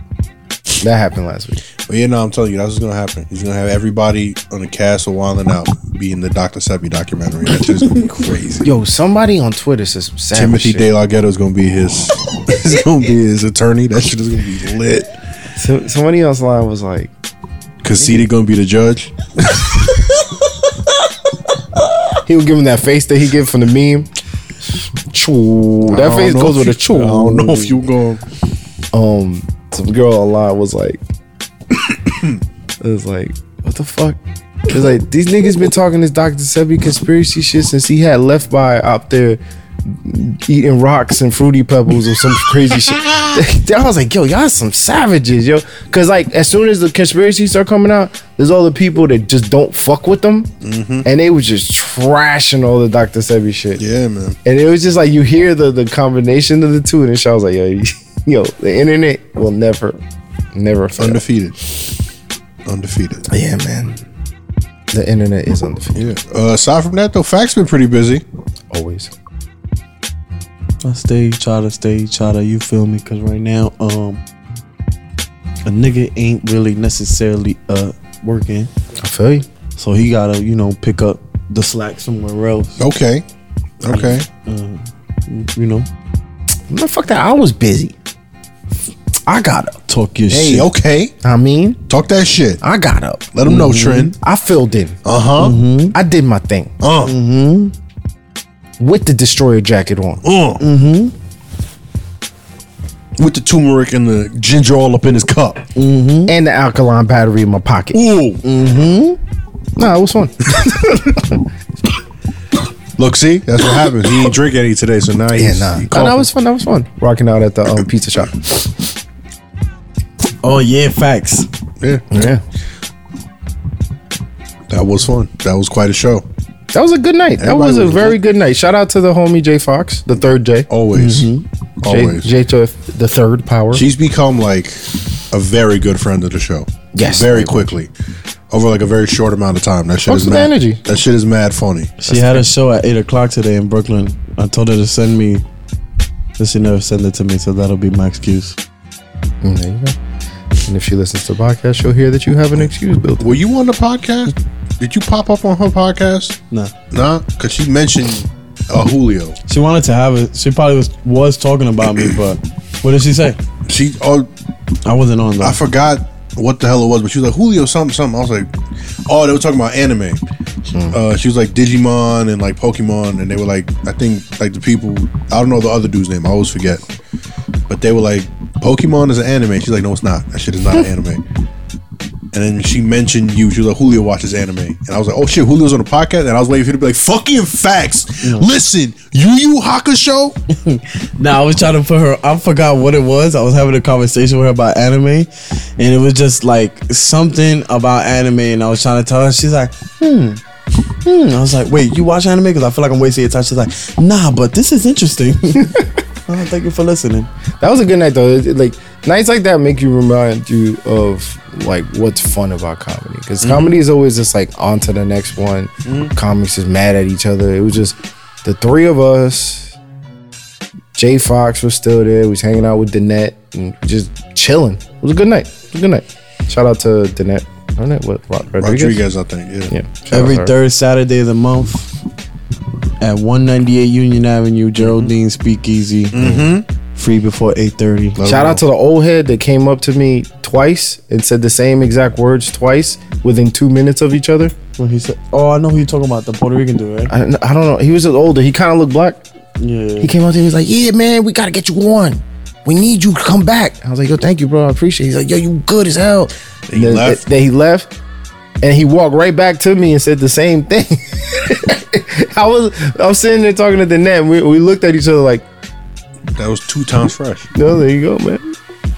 Speaker 2: That happened last week.
Speaker 1: But yeah, no, I'm telling you, that's what's gonna happen. He's gonna have everybody on the cast of Wildin' Out be in the Dr. Seppi documentary. That's just
Speaker 2: [laughs]
Speaker 1: gonna be crazy.
Speaker 2: Yo, somebody on Twitter says some savage
Speaker 1: Timothy
Speaker 2: shit.
Speaker 1: De La Ghetto is gonna be his. [laughs] it's gonna be his attorney. That shit is gonna be lit.
Speaker 2: So, somebody else line was like,
Speaker 1: Cassidy gonna be the judge.
Speaker 2: he would give him that face that he give from the meme. Choo. That
Speaker 1: I don't
Speaker 2: face
Speaker 1: know
Speaker 2: goes
Speaker 1: if
Speaker 2: with a
Speaker 1: you-
Speaker 2: choo.
Speaker 1: I don't know
Speaker 2: [laughs]
Speaker 1: if you gonna.
Speaker 2: Um, some girl online was like, [coughs] it was like, what the fuck? It's like these niggas been talking this Dr. Sebi conspiracy shit since he had left by out there eating rocks and fruity pebbles or some crazy shit. [laughs] I was like, yo, y'all some savages, yo. Cause like as soon as the conspiracies start coming out, there's all the people that just don't fuck with them. And they was just trashing all the Dr. Sebi shit.
Speaker 1: Yeah, man.
Speaker 2: And it was just like you hear the the combination of the two, and then Shaw was like, yo, [laughs] yo, the internet will never, never fail.
Speaker 1: Undefeated. Undefeated.
Speaker 2: yeah, man. The internet is undefeated.
Speaker 1: Yeah. Uh, aside from that, though, facts been pretty busy.
Speaker 2: Always.
Speaker 3: I stay chada, stay chada. You feel me? Cause right now, um, a nigga ain't really necessarily uh working,
Speaker 2: I feel you.
Speaker 3: so he gotta you know pick up the slack somewhere else.
Speaker 1: Okay. Okay.
Speaker 3: You know,
Speaker 2: Motherfucker, that I was busy.
Speaker 3: I gotta talk your
Speaker 1: Hey,
Speaker 3: shit.
Speaker 1: okay.
Speaker 2: I mean,
Speaker 1: Talk that shit.
Speaker 2: I got up.
Speaker 1: Let them know,
Speaker 2: Mm-hmm.
Speaker 1: Trent.
Speaker 2: I filled in.
Speaker 1: Uh huh.
Speaker 2: I did my thing
Speaker 1: Uh.
Speaker 2: with the destroyer jacket on.
Speaker 1: Uh. Mm-hmm. With the turmeric and the ginger all up in his cup.
Speaker 2: and the alkaline battery in my pocket. Mm.
Speaker 1: Ooh.
Speaker 2: Nah, it was fun.
Speaker 1: Look, see, that's what happens. He
Speaker 2: [laughs]
Speaker 1: didn't drink any today, so now he's he
Speaker 2: Nah, that
Speaker 1: coughing.
Speaker 2: was fun. That was fun. Rocking out at the um, pizza shop.
Speaker 3: Oh yeah, facts.
Speaker 1: yeah,
Speaker 2: Yeah.
Speaker 1: that was fun. That was quite a show.
Speaker 2: That was a good night. That
Speaker 1: Everybody
Speaker 2: was a
Speaker 1: was
Speaker 2: very good night. Shout out to the homie Jay Fox, the third J.
Speaker 1: Always,
Speaker 2: J,
Speaker 1: always.
Speaker 2: J to the third power.
Speaker 1: She's become like a very good friend of the show.
Speaker 2: Yes.
Speaker 1: very quickly, over like a very short amount of time. That shit
Speaker 2: Fucks
Speaker 1: is
Speaker 2: with the
Speaker 1: mad.
Speaker 2: energy.
Speaker 1: That shit is mad funny.
Speaker 3: She had a show at eight o'clock today in Brooklyn. I told her to send me. But she never sent it to me, so that'll be my excuse.
Speaker 2: Mm, there you go. And if she listens to the podcast, she'll hear that you have an excuse built. in.
Speaker 1: Were you on the podcast? Did you pop up on her podcast?
Speaker 3: Nah.
Speaker 1: Nah, cause she mentioned uh, Julio.
Speaker 3: She wanted to have it. She probably was was talking about me, but what did she say?
Speaker 1: She oh
Speaker 3: I wasn't on though.
Speaker 1: I forgot what the hell it was, but she was like Julio something something. I was like, oh, they were talking about anime.
Speaker 2: Hmm.
Speaker 1: Uh, she was like Digimon and like Pokemon, and they were like, I think like the people, I don't know the other dude's name, I always forget, but they were like, Pokemon is an anime. She's like, no, it's not. That shit is not an
Speaker 2: [laughs]
Speaker 1: anime. And then she mentioned you. She was like, Julio watches anime. And I was like, oh shit, Julio's on the podcast. And I was waiting for you to be like, fucking facts. Listen, Yu Yu Hakusho.
Speaker 3: Nah, I was trying to put her. I forgot what it was. I was having a conversation with her about anime, and it was just like something about anime. And I was trying to tell her. She's like, hmm, hmm. I was like, wait, you watch anime? Because I feel like I'm wasting your time. She's like, nah, but this is interesting. [laughs] oh, thank you for listening.
Speaker 2: That was a good night though. It- it, like nights like that make you remind you of like what's fun about comedy because comedy is always just like on to the next one. Comics is mad at each other. It was just the three of us. Jay Fox was still there. We was hanging out with Danette and just chilling. It was a good night. It was a good night. Shout out to Danette. Danette what? what Rodriguez.
Speaker 1: Rodriguez, I think. Yeah.
Speaker 2: Yeah. shout out
Speaker 3: Every
Speaker 2: to her.
Speaker 3: third Saturday of the month at 198 Union Avenue,
Speaker 2: Mm-hmm.
Speaker 3: Geraldine Speakeasy. Free before 8:30.
Speaker 2: Shout out to the old head that came up to me twice and said the same exact words twice within two minutes of each other.
Speaker 3: When he said, "Oh, I know who you're talking about. The Puerto Rican dude, right?"
Speaker 2: I, don't know- I don't know. He was older. He kind of looked black.
Speaker 3: Yeah.
Speaker 2: He came out to me. He was like, "Yeah, man, we gotta get you on. We need you to come back." I was like, "Yo, thank you, bro. I appreciate." it. He's like, "Yo, you good as hell."
Speaker 1: Then he
Speaker 2: then,
Speaker 1: left.
Speaker 2: then he left, and he walked right back to me and said the same thing. [laughs] I was I was sitting there talking to the net. We, we looked at each other like,
Speaker 1: That was two times fresh.
Speaker 2: "No, there you go, man."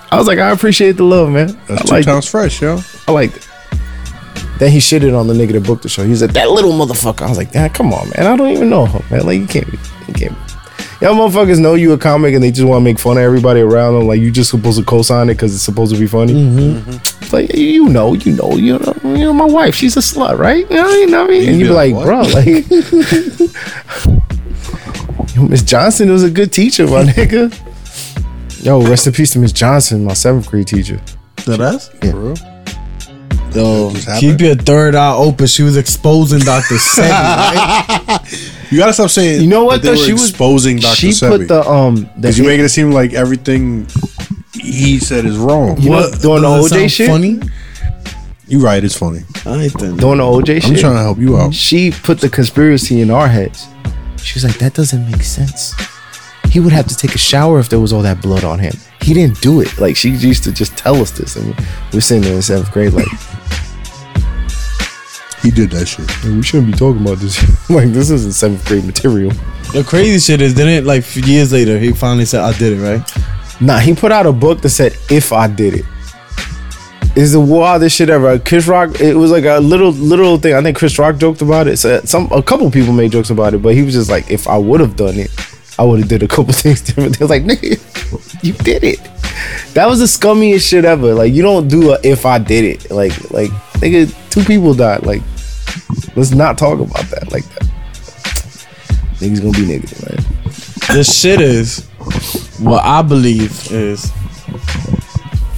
Speaker 2: I was like, "I appreciate the love, man.
Speaker 1: That's
Speaker 2: I
Speaker 1: two
Speaker 2: like,
Speaker 1: times fresh, yo.
Speaker 2: I liked it." Then he shitted on the nigga that booked the show. He was like, "That little motherfucker." I was like, "Dad, come on, man. I don't even know him, man. Like, you can't, be- you can't." be- Y'all motherfuckers know you a comic and they just want to make fun of everybody around them. Like you just supposed to co-sign it because it's supposed to be funny. Mm-hmm. It's like you know, you know, you know, you know. My wife, she's a slut, right? You know, you know what I mean. And you be like, bro, like, [laughs] Yo, Miss Johnson was a good teacher, my nigga. Yo, rest in peace to Miss Johnson, my seventh grade teacher.
Speaker 3: Did us?
Speaker 1: For real.
Speaker 3: Yo,
Speaker 1: Just happened.
Speaker 3: keep your third eye open. She was exposing [laughs] Dr. Sebi. right?
Speaker 1: You gotta stop saying.
Speaker 2: You know what?
Speaker 1: that
Speaker 2: Though
Speaker 1: They were
Speaker 2: she was
Speaker 1: exposing Dr.
Speaker 2: She
Speaker 1: Sebi.
Speaker 2: put the um. The,
Speaker 1: Because you making it seem like everything he said is wrong.
Speaker 2: You know, doing the
Speaker 3: Does it
Speaker 2: OJ
Speaker 3: sound
Speaker 2: shit?
Speaker 3: Funny?
Speaker 1: You're right. It's funny.
Speaker 3: All right then.
Speaker 2: doing the OJ
Speaker 1: I'm
Speaker 2: shit.
Speaker 1: trying to help you out.
Speaker 2: she put the conspiracy in our heads. She was like, that doesn't make sense. He would have to take a shower if there was all that blood on him. He didn't do it. Like she used to just tell us this, and we're sitting there in seventh grade, like
Speaker 1: He did that shit.
Speaker 2: we shouldn't be talking about this. like this isn't seventh grade material.
Speaker 3: The crazy shit is, then it like years later, he finally said, "I did it." Right?
Speaker 2: Nah, he put out a book that said, "If I did it." It's the wildest shit ever. Chris Rock. It was like a little, little thing. I think Chris Rock joked about it. So some, a couple people made jokes about it, but he was just like, "If I would have done it, I would have did a couple [laughs] things different." They was like, "Nigga, you did it." That was the scummiest shit ever. Like, you don't do a "If I did it." Like, like nigga, two people died. Like, let's not talk about that like that. Niggas gonna be negative, man.
Speaker 3: The shit is, what I believe is,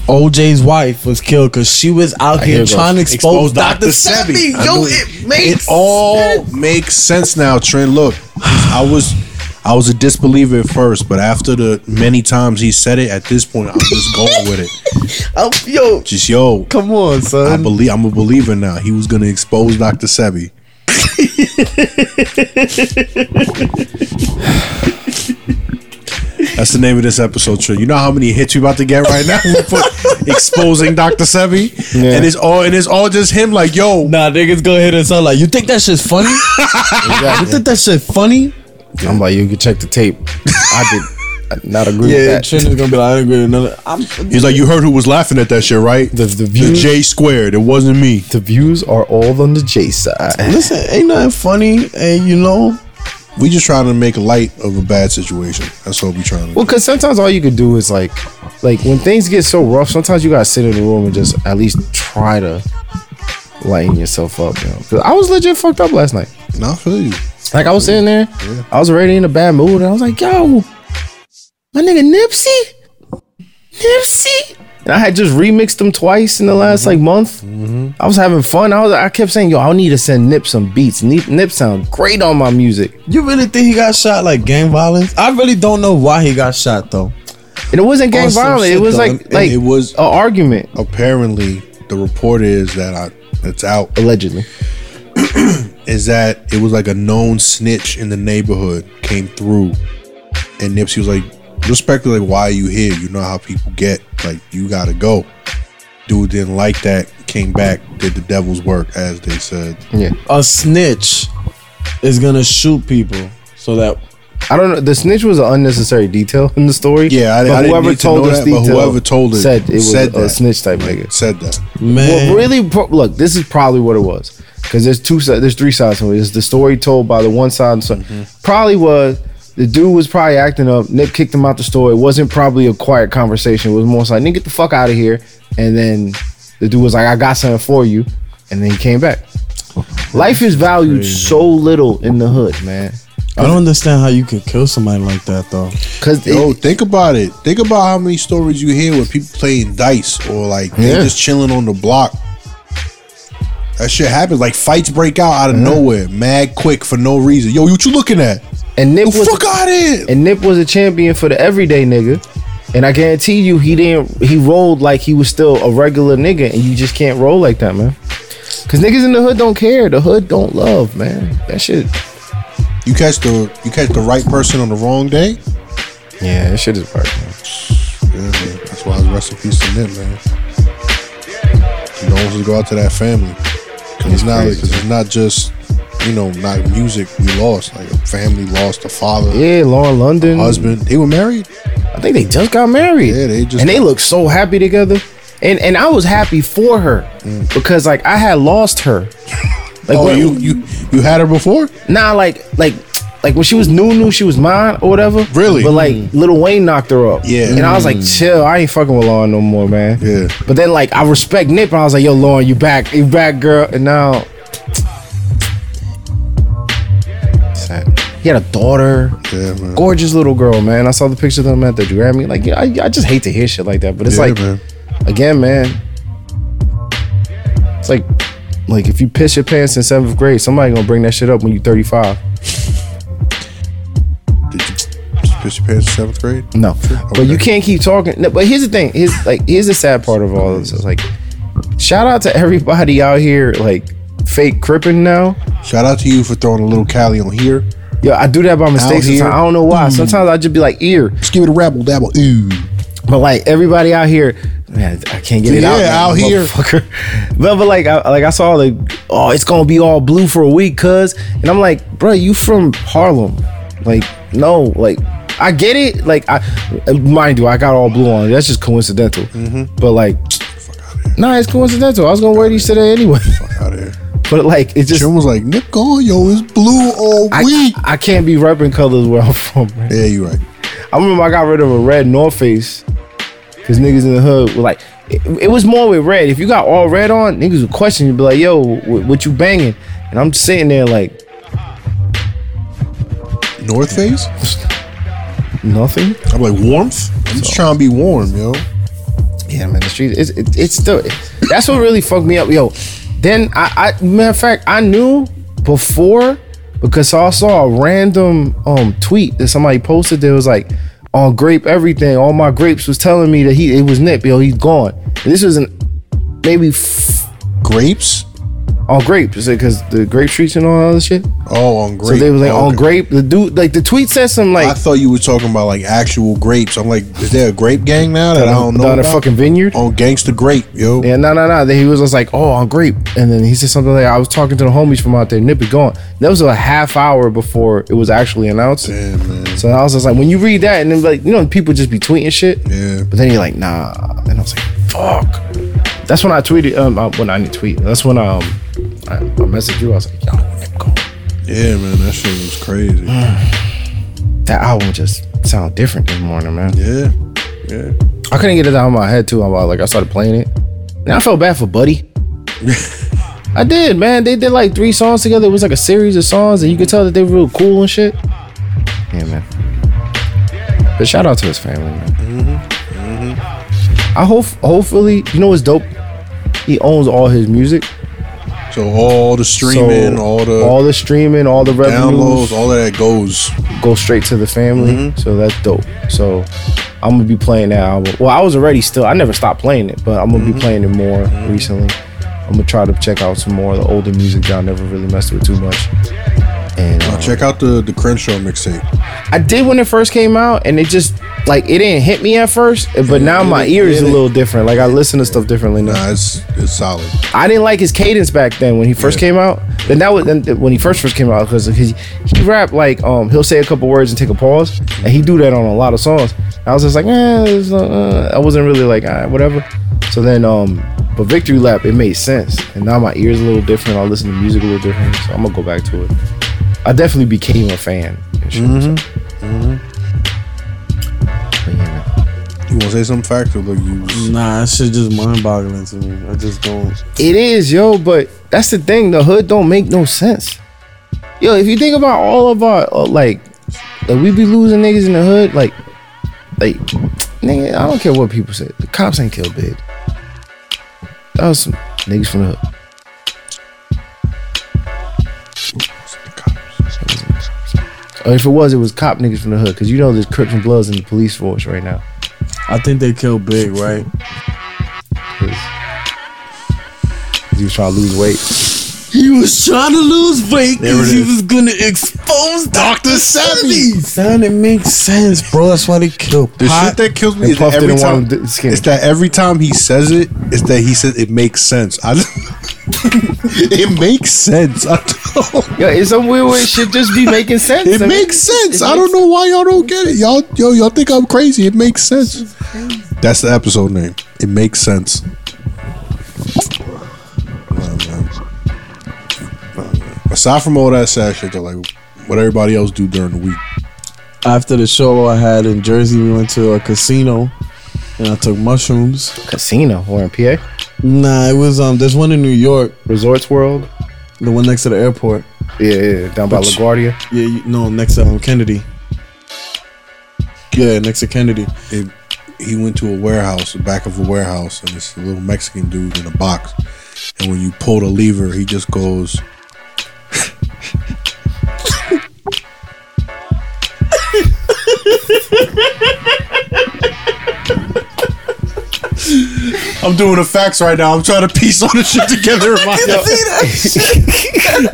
Speaker 3: OJ's wife was killed because she was out
Speaker 2: hear
Speaker 3: here
Speaker 2: that.
Speaker 3: trying to expose,
Speaker 1: Expose
Speaker 3: Dr. Sebi.
Speaker 1: I
Speaker 3: Yo,
Speaker 1: knew
Speaker 3: it makes
Speaker 1: It all makes sense now, Trent. Look, I was I was a disbeliever at first, but after the many times he said it, at this point I'm just going with it.
Speaker 3: Oh, yo,
Speaker 1: Just yo,
Speaker 3: come on, son.
Speaker 1: I believe I'm a believer now. He was gonna expose Dr. Sebi. [laughs] That's the name of this episode, Trent. You know how many hits we about to get right now [laughs] for exposing Dr. Sebi,
Speaker 2: Yeah.
Speaker 1: and it's all and it's all just him. Like, yo,
Speaker 3: Nah, niggas go ahead and sound like, you think that shit's [laughs] funny? You think that shit funny?
Speaker 2: I'm like, you can check the tape. I did not agree
Speaker 3: Yeah,
Speaker 2: with that.
Speaker 3: Trent is gonna be like, I agree with none of I'm
Speaker 1: He's like, you heard who was laughing at that shit, right?
Speaker 2: The- the views-
Speaker 1: J squared. It wasn't me.
Speaker 2: the views are all on the J side.
Speaker 3: Listen, ain't nothing funny, and you know,
Speaker 1: We just trying to make light of a bad situation. That's what we trying to.
Speaker 2: Well, because sometimes all you could do is like, like when things get so rough, sometimes you gotta sit in the room and just at least try to lighten yourself up. You know? 'Cause I was legit fucked up last night.
Speaker 1: do. Nah, I feel you.
Speaker 2: Like I was sitting there, I was already in a bad mood, and I was like, yo, my nigga Nipsey, Nipsey. And I had just remixed them twice in the last
Speaker 1: Mm-hmm.
Speaker 2: like month. I was having fun. I was I kept saying, yo, I need to send Nip some beats. Nip, Nip sound great on my music.
Speaker 3: you really think he got shot like gang violence? I really don't know why he got shot though.
Speaker 2: And it wasn't gang
Speaker 3: On some
Speaker 2: violence.
Speaker 3: shit,
Speaker 2: It was
Speaker 3: though.
Speaker 2: like
Speaker 1: And
Speaker 2: like
Speaker 1: it was-
Speaker 2: an argument
Speaker 1: Apparently, the report is that I it's out
Speaker 2: allegedly.
Speaker 1: is that it was like a known snitch in the neighborhood came through, and Nipsey was like, respectfully, like, why are you here? You know how people get. Like, you gotta go. Dude didn't like that. Came back, did the devil's work, as they said.
Speaker 2: Yeah.
Speaker 3: A snitch is gonna shoot people so that
Speaker 2: I don't know. The snitch was an unnecessary detail in the story.
Speaker 1: Yeah, I- I
Speaker 2: but
Speaker 1: didn't
Speaker 2: whoever
Speaker 1: need to
Speaker 2: told
Speaker 1: know
Speaker 2: us
Speaker 1: that, but
Speaker 2: detail
Speaker 1: whoever told it
Speaker 2: said it was
Speaker 1: said
Speaker 2: a
Speaker 1: that.
Speaker 2: snitch type nigga.
Speaker 1: Said that.
Speaker 3: man.
Speaker 2: Well, really, pro- look, this is probably what it was because there's two, si- there's three sides to it. There's the story told by the one side, and so
Speaker 1: Mm-hmm.
Speaker 2: probably was the dude was probably acting up. Nip kicked him out the store. It wasn't probably a quiet conversation. It was more so like, "Nigga, get the fuck out of here," and then the dude was like, "I got something for you," and then he came back. Life is valued so little in the hood, man.
Speaker 3: I don't understand how you could kill somebody like that though.
Speaker 2: Because
Speaker 1: Yo, think about it. Think about how many stories you hear with people playing dice or like
Speaker 2: Yeah.
Speaker 1: they're just chilling on the block. That shit happens. Like fights break out out of nowhere, mad quick for no reason. Yo, what you looking at?
Speaker 2: and Nip
Speaker 1: The
Speaker 2: was
Speaker 1: fuck out of here!
Speaker 2: and Nip was a champion for the everyday nigga. And I guarantee you, he didn't. He rolled like he was still a regular nigga, and you just can't roll like that, man. Cause niggas in the hood don't care. The hood don't love, man. That shit.
Speaker 1: You catch the you catch the right person on the wrong day.
Speaker 2: Yeah, that shit is part.
Speaker 1: Yeah, man. That's why I was rest in peace to Nip, man. Condolences go out to that family. Cause it's not
Speaker 2: crazy.
Speaker 1: cause it's not just you know not music we lost. Like a family lost a father,
Speaker 2: Yeah, Lauren London.
Speaker 1: husband. They were married.
Speaker 2: I think they just got married.
Speaker 1: Yeah, they just
Speaker 2: and they look so happy together. And and I was happy for her because like I had lost her.
Speaker 1: Mm.
Speaker 2: Like
Speaker 1: oh,
Speaker 2: when-
Speaker 1: you you you had her before?
Speaker 2: Nah, like like like when she was new, new, she was mine or whatever.
Speaker 1: Really? Mm.
Speaker 2: But like Lil Wayne knocked her up.
Speaker 1: Yeah.
Speaker 2: And I was like, chill, I ain't fucking with Lauren no more, man.
Speaker 1: Yeah.
Speaker 2: But then like I respect Nip, and I was like, yo, Lauren, you back, you back, girl. And now Sad. he had a daughter,
Speaker 1: Yeah, man.
Speaker 2: gorgeous little girl, man. I saw the picture of them at the Grammy. Like, yeah, I, I just hate to hear shit like that, but it's
Speaker 1: Yeah,
Speaker 2: like,
Speaker 1: man.
Speaker 2: again, man, it's like, like if you piss your pants in seventh grade, somebody gonna bring that shit up when you 35.
Speaker 1: Did you piss your pants in seventh grade?
Speaker 2: No, but you
Speaker 1: Okay.
Speaker 2: can't keep talking. No, but here's the thing: here's like here's the sad part of all this. It's like, shout out to everybody out here like fake cripping now.
Speaker 1: Shout out to you for throwing a little Cali on here.
Speaker 2: Yo, I do that by mistake
Speaker 1: here.
Speaker 2: sometimes. I don't know why. Sometimes I just be like ear,
Speaker 1: Just give it a rabble dabble. Ooh.
Speaker 2: but like everybody out here, man, I can't get it out.
Speaker 1: Yeah,
Speaker 2: now,
Speaker 1: out here.
Speaker 2: motherfucker. [laughs] but but like I, like I saw like oh it's gonna be all blue for a week, cuz and I'm like, bro, you from Harlem? Like no, like I get it. Like I mind you, I got all blue on. That's just coincidental.
Speaker 1: Mm-hmm.
Speaker 2: But like. Nah, it's coincidental. I was gonna wear these today anyway, [laughs]
Speaker 1: Fuck out of here.
Speaker 2: but like it just
Speaker 1: Jim was like, Nip gone, yo, it's blue all
Speaker 2: I,
Speaker 1: week.
Speaker 2: I can't be repping colors where I'm from. Man.
Speaker 1: yeah, you're right.
Speaker 2: I remember I got rid of a red North Face because niggas in the hood were like, it, it was more with red. If you got all red on, niggas would question you, be like, yo, what, what you banging? And I'm sitting there like,
Speaker 1: North Face?
Speaker 2: nothing.
Speaker 1: I'm like, warmth? I'm just trying to be warm, yo.
Speaker 2: Yeah, man, the street, it's, it, it's still, that's what really fucked me up. Yo, then I, I, matter of fact, I knew before because I saw a random um tweet that somebody posted that was like, on grape everything, all my grapes was telling me that he, it was Nip, yo, he's gone. And this was an, maybe
Speaker 1: Grapes?
Speaker 2: on grape. Is it because the grape treats and all that other shit?
Speaker 1: Oh, on grape.
Speaker 2: So they was like on
Speaker 1: Okay.
Speaker 2: grape. The dude, like the tweet said something
Speaker 1: I
Speaker 2: like
Speaker 1: thought you were talking about like actual grapes. I'm like, is there a grape gang now that I don't know?
Speaker 2: down the
Speaker 1: about?
Speaker 2: fucking vineyard.
Speaker 1: on gangster grape, yo.
Speaker 2: Yeah, no, no, no. Then he was just like, oh, on grape, and then he said something like, I was talking to the homies from out there. Nip it gone. That was a half hour before it was actually announced.
Speaker 1: Damn, man.
Speaker 2: So I was just like, when you read that, and then like you know, people just be tweeting shit.
Speaker 1: Yeah.
Speaker 2: But then you're like, nah. And I was like, fuck. That's when I tweeted. Um, I, when I didn't tweet. That's when um, I, I messaged you. I was like, yo, Nip gone.
Speaker 1: Yeah, man. That shit was crazy.
Speaker 2: Mm. That album just sound different this morning, man.
Speaker 1: yeah. Yeah.
Speaker 2: I couldn't get it out of my head too. I'm like, I started playing it, and I felt bad
Speaker 1: [laughs]
Speaker 2: for Buddy. I did, man. They did like three songs together. It was like a series of songs, and you could tell that they were real cool and shit. Yeah, man. But shout out to his family, man.
Speaker 1: Mm-hmm.
Speaker 2: I hope, hopefully, you know what's dope? He owns all his music,
Speaker 1: So all the streaming,
Speaker 2: So,
Speaker 1: all the
Speaker 2: all the streaming, all the revenues
Speaker 1: downloads, all of that goes.
Speaker 2: go straight to the family. So that's dope. So I'm gonna be playing that album. Well, I was already still. I never stopped playing it, but I'm gonna be playing it more recently. I'm gonna try to check out some more of the older music that I never really messed with too much. And uh,
Speaker 1: Check out the the Crenshaw mixtape.
Speaker 2: I did when it first came out, and it just like it didn't hit me at first. But now my ear is a little different. Like I listen to stuff differently now.
Speaker 1: Nah, it's it's solid.
Speaker 2: I didn't like his cadence back then when he first
Speaker 1: Yeah.
Speaker 2: came out. Then that was then when he first first came out because he, he rap like um he'll say a couple words and take a pause, and he do that on a lot of songs. I was just like, eh, it's, uh, uh," I wasn't really like, ah, whatever. So then um, but Victory Lap it made sense, and now my ears a little different. I listen to music a little different, so I'm gonna go back to it. I definitely became a fan. and shit, so. But yeah, man.
Speaker 1: You want to say something factual? Like you
Speaker 2: Mm.
Speaker 1: was,
Speaker 3: Nah, that shit just mind boggling to me. I just don't.
Speaker 2: It is, yo, but that's the thing. The hood don't make no sense. Yo, if you think about all of our uh, like, like we be losing niggas in the hood, like, like, nigga, I don't care what people say. The cops ain't killed big. That was some niggas from the hood. Or if it was, it was cop niggas from the hood, cause you know there's Crips and Bloods in the police force right now.
Speaker 3: I think they killed Big, right?
Speaker 2: 'Cause- 'cause he was trying to lose weight.
Speaker 4: He was trying to lose weight
Speaker 1: There it
Speaker 4: because he
Speaker 1: is.
Speaker 4: was gonna expose Dr. Sebi.
Speaker 3: Son, it makes sense, bro. That's why they killed
Speaker 1: the
Speaker 3: Pac.
Speaker 1: shit that kills me
Speaker 2: and
Speaker 1: is that
Speaker 2: Puff
Speaker 1: every
Speaker 2: didn't
Speaker 1: time.
Speaker 2: want him to- skinny.
Speaker 1: It's that every time he says it, it's that he says it makes sense. I. [laughs] it makes sense. I don't,
Speaker 2: Yo, in some weird way, shit just be [laughs] making sense.
Speaker 1: it makes sense. I don't know why y'all don't get it. Y'all, yo, y'all think I'm crazy. It makes sense. That's the episode name. It makes sense. Nah, man. Nah, man. Aside from all that sad shit, though, like what everybody else do during the week.
Speaker 3: After the show I had in Jersey, we went to a casino and I took mushrooms.
Speaker 2: Casino or in PA
Speaker 3: Nah, it was um. There's one in New York,
Speaker 2: Resorts World.
Speaker 3: the one next to the airport.
Speaker 2: Yeah, yeah, down by LaGuardia.
Speaker 3: Yeah, you, no, next to um, Kennedy. Yeah, next to Kennedy.
Speaker 1: it, he went to a warehouse, the back of a warehouse, and this little Mexican dude in a box. And when you pull the lever, he just goes. I'm doing the facts right now. I'm trying to piece all this shit together in my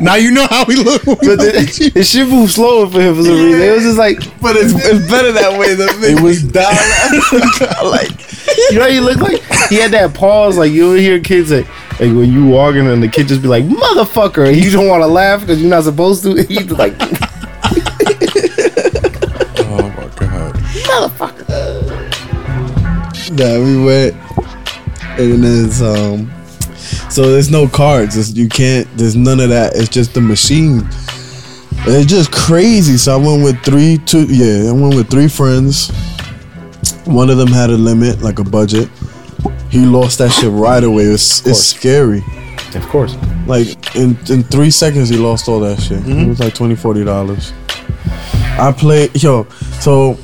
Speaker 1: [laughs] now you know how we look. when we
Speaker 2: But
Speaker 1: look at you.
Speaker 2: the, the shit moved slower for him for some reason. It was just like,
Speaker 3: But
Speaker 2: [laughs]
Speaker 3: it's, it's better that way than it [laughs] was down.
Speaker 2: you know, what he looked like he had that pause. Like you would hear kids like, like when you walking and the kid just be like, "Motherfucker," and you don't want to laugh because you're not supposed to. [laughs] He be like,
Speaker 1: Oh my god.
Speaker 3: Nah, we went, and it's um. So there's no cards. It's, you can't. There's none of that. It's just the machine. And it's just crazy. So I went with three, two. Yeah, I went with three friends. One of them had a limit, like a budget. He lost that shit right away. It's it's scary.
Speaker 2: "Of course."
Speaker 3: Like in, in three seconds, he lost all that shit. It was like 20 dollars. I played yo, so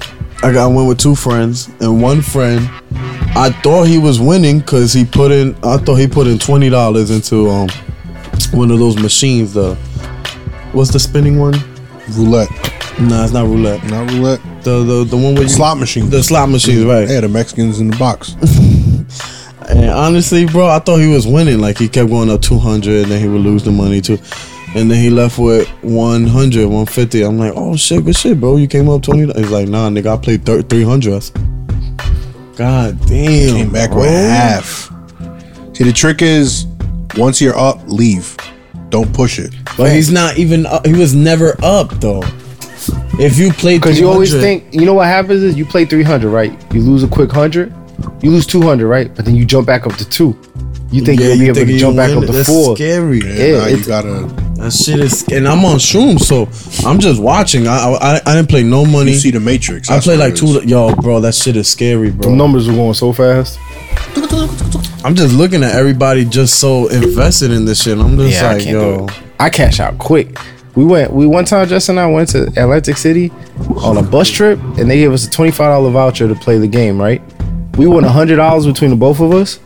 Speaker 3: I got I went with two friends and one friend. I thought he was winning because he put in. I thought he put in twenty dollars into um one of those machines. The what's the spinning one?
Speaker 1: Roulette.
Speaker 3: Nah, it's not roulette.
Speaker 1: Not roulette.
Speaker 3: The the the one with
Speaker 1: Slot machine.
Speaker 3: The slot machines, right?
Speaker 1: Yeah, the Mexicans in the box.
Speaker 3: And honestly, bro, I thought he was winning. Like he kept going up 200, and then he would lose the money too. And then he left with 100, 150. I'm like, oh shit, good shit, bro. You came up 20. He's like, nah, nigga, I played thir- 300. I said, God damn.
Speaker 1: Came back
Speaker 3: bro.
Speaker 1: with half. See, the trick is once you're up, leave. Don't push it.
Speaker 4: But he's not even up. He was never up though. If you played
Speaker 2: Because you always
Speaker 4: 300
Speaker 2: think, you know what happens is you play 300, right? You lose a quick 100, you lose 200, right? But then you jump back up to two. You think
Speaker 3: Yeah,
Speaker 2: you'll be
Speaker 3: you
Speaker 2: able
Speaker 3: think
Speaker 2: to
Speaker 3: you
Speaker 2: jump back
Speaker 3: win?
Speaker 2: up to
Speaker 3: That's
Speaker 2: four.
Speaker 3: scary.
Speaker 1: Yeah,
Speaker 2: Yeah,
Speaker 1: now you
Speaker 2: it's-
Speaker 1: gotta
Speaker 3: That shit is, and I'm on shroom, so I'm just watching. I I, I didn't play no money.
Speaker 1: you see the Matrix.
Speaker 3: I
Speaker 1: that's
Speaker 3: played
Speaker 1: what
Speaker 3: like
Speaker 1: it
Speaker 3: two.
Speaker 1: is.
Speaker 3: Yo, bro, that shit is scary, bro.
Speaker 2: The numbers were going so fast.
Speaker 3: I'm just looking at everybody just so invested in this shit. and I'm just
Speaker 2: Yeah, I
Speaker 3: like,
Speaker 2: can't do
Speaker 3: yo.
Speaker 2: it. I cash out quick. We went. We one time, Justin and I went to Atlantic City on a bus trip, and they gave us a twenty-five dollar voucher to play the game. Right? We won hundred dollars between the both of us.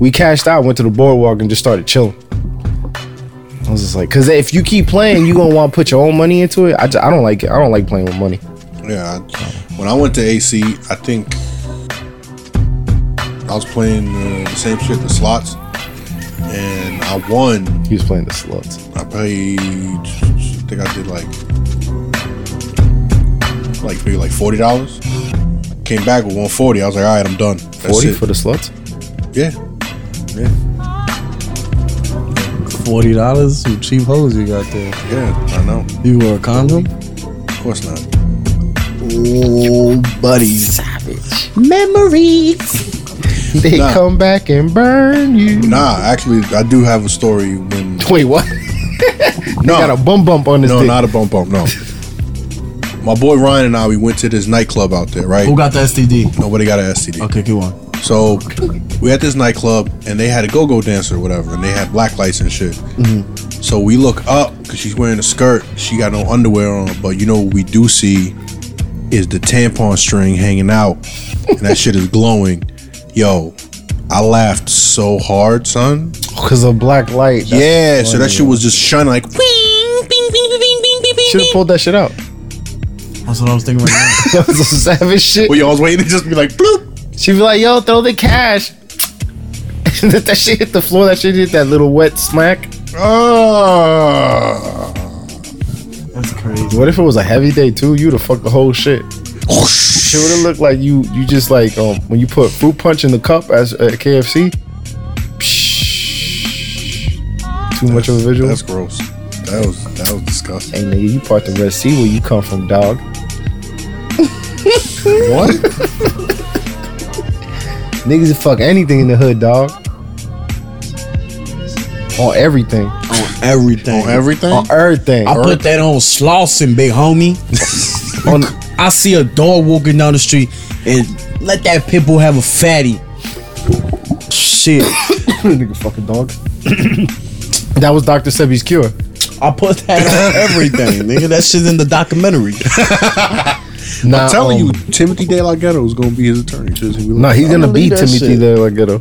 Speaker 2: We cashed out, went to the boardwalk, and just started chilling. I was just like, because if you keep playing, you gonna want to put your own money into it. I, ju- I don't like it. I don't like playing with money.
Speaker 1: Yeah. I- When I went to AC, I think I was playing uh, the same shit, the slots. and I won.
Speaker 2: He was playing the sluts.
Speaker 1: I paid. I think I did like like maybe like forty dollars. Came back with one forty. I was like, all right, I'm done. That's
Speaker 2: Forty
Speaker 1: it.
Speaker 2: for the sluts.
Speaker 1: yeah.
Speaker 3: Forty dollars, some cheap hoes you got there.
Speaker 1: Yeah, I know.
Speaker 3: You were a condom?
Speaker 1: Of course not.
Speaker 3: Oh, buddy.
Speaker 2: Memories. They
Speaker 1: Nah.
Speaker 2: come back and burn you.
Speaker 1: Nah, actually, I do have a story when.
Speaker 2: Wait, what? [laughs]
Speaker 1: No,
Speaker 2: Got a bum bump on this
Speaker 1: no,
Speaker 2: dick.
Speaker 1: not a bump bump.
Speaker 2: [laughs]
Speaker 1: No. My boy Ryan and I, we went to this nightclub out there, right?
Speaker 3: Who got the STD?
Speaker 1: Nobody got an STD.
Speaker 3: Okay, keep on.
Speaker 1: So we at this nightclub and they had a go-go dancer or whatever, and they had black lights and shit.
Speaker 2: Mm-hmm.
Speaker 1: So we look up because she's wearing a skirt. She got no underwear on, but you know what we do see is the tampon string hanging out, and that shit is glowing. Yo, I laughed so hard, son.
Speaker 2: Cause of black light.
Speaker 1: yeah, so that shit was just shining like. "Wing, bing, bing, bing, bing, bing, bing,
Speaker 2: Should have
Speaker 1: bing."
Speaker 2: pulled that shit out.
Speaker 3: That's what I was thinking right now.
Speaker 2: [laughs] That
Speaker 3: [laughs]
Speaker 2: was some savage shit.
Speaker 1: Well, y'all was waiting to just be like, bloop.
Speaker 2: She'd be like, "Yo, throw the cash." [laughs] that shit hit the floor. That shit hit that little wet smack.
Speaker 1: Ah.
Speaker 3: That's crazy.
Speaker 2: What if it was a heavy day too? You'd have fucked the whole shit. It would have looked like you you just like um when you put fruit punch in the cup as at KFC. Too much of a visual.
Speaker 1: That's gross. That was that was disgusting.
Speaker 2: hey nigga, you part the Red Sea where you come from,
Speaker 3: [laughs]
Speaker 2: dog.
Speaker 1: What?
Speaker 2: Niggas fuck anything in the hood, dog. On everything,
Speaker 3: Everything.
Speaker 1: On everything?
Speaker 2: on everything,
Speaker 3: I put that on Slauson, big homie.
Speaker 2: on
Speaker 3: I see a dog walking down the street and let that pit bull have a fatty. Shit.
Speaker 2: nigga fucking dog. that was Doctor Sebi's cure.
Speaker 3: I put that on everything, nigga. That shit's in the documentary.
Speaker 2: Nah,
Speaker 1: I'm telling
Speaker 2: um,
Speaker 1: you, Timothy De La Ghetto is gonna be his attorney. Just, he oh,
Speaker 2: Nah, he's gonna
Speaker 3: believe
Speaker 2: be
Speaker 3: that
Speaker 2: Timothy
Speaker 3: shit.
Speaker 2: there like ghetto.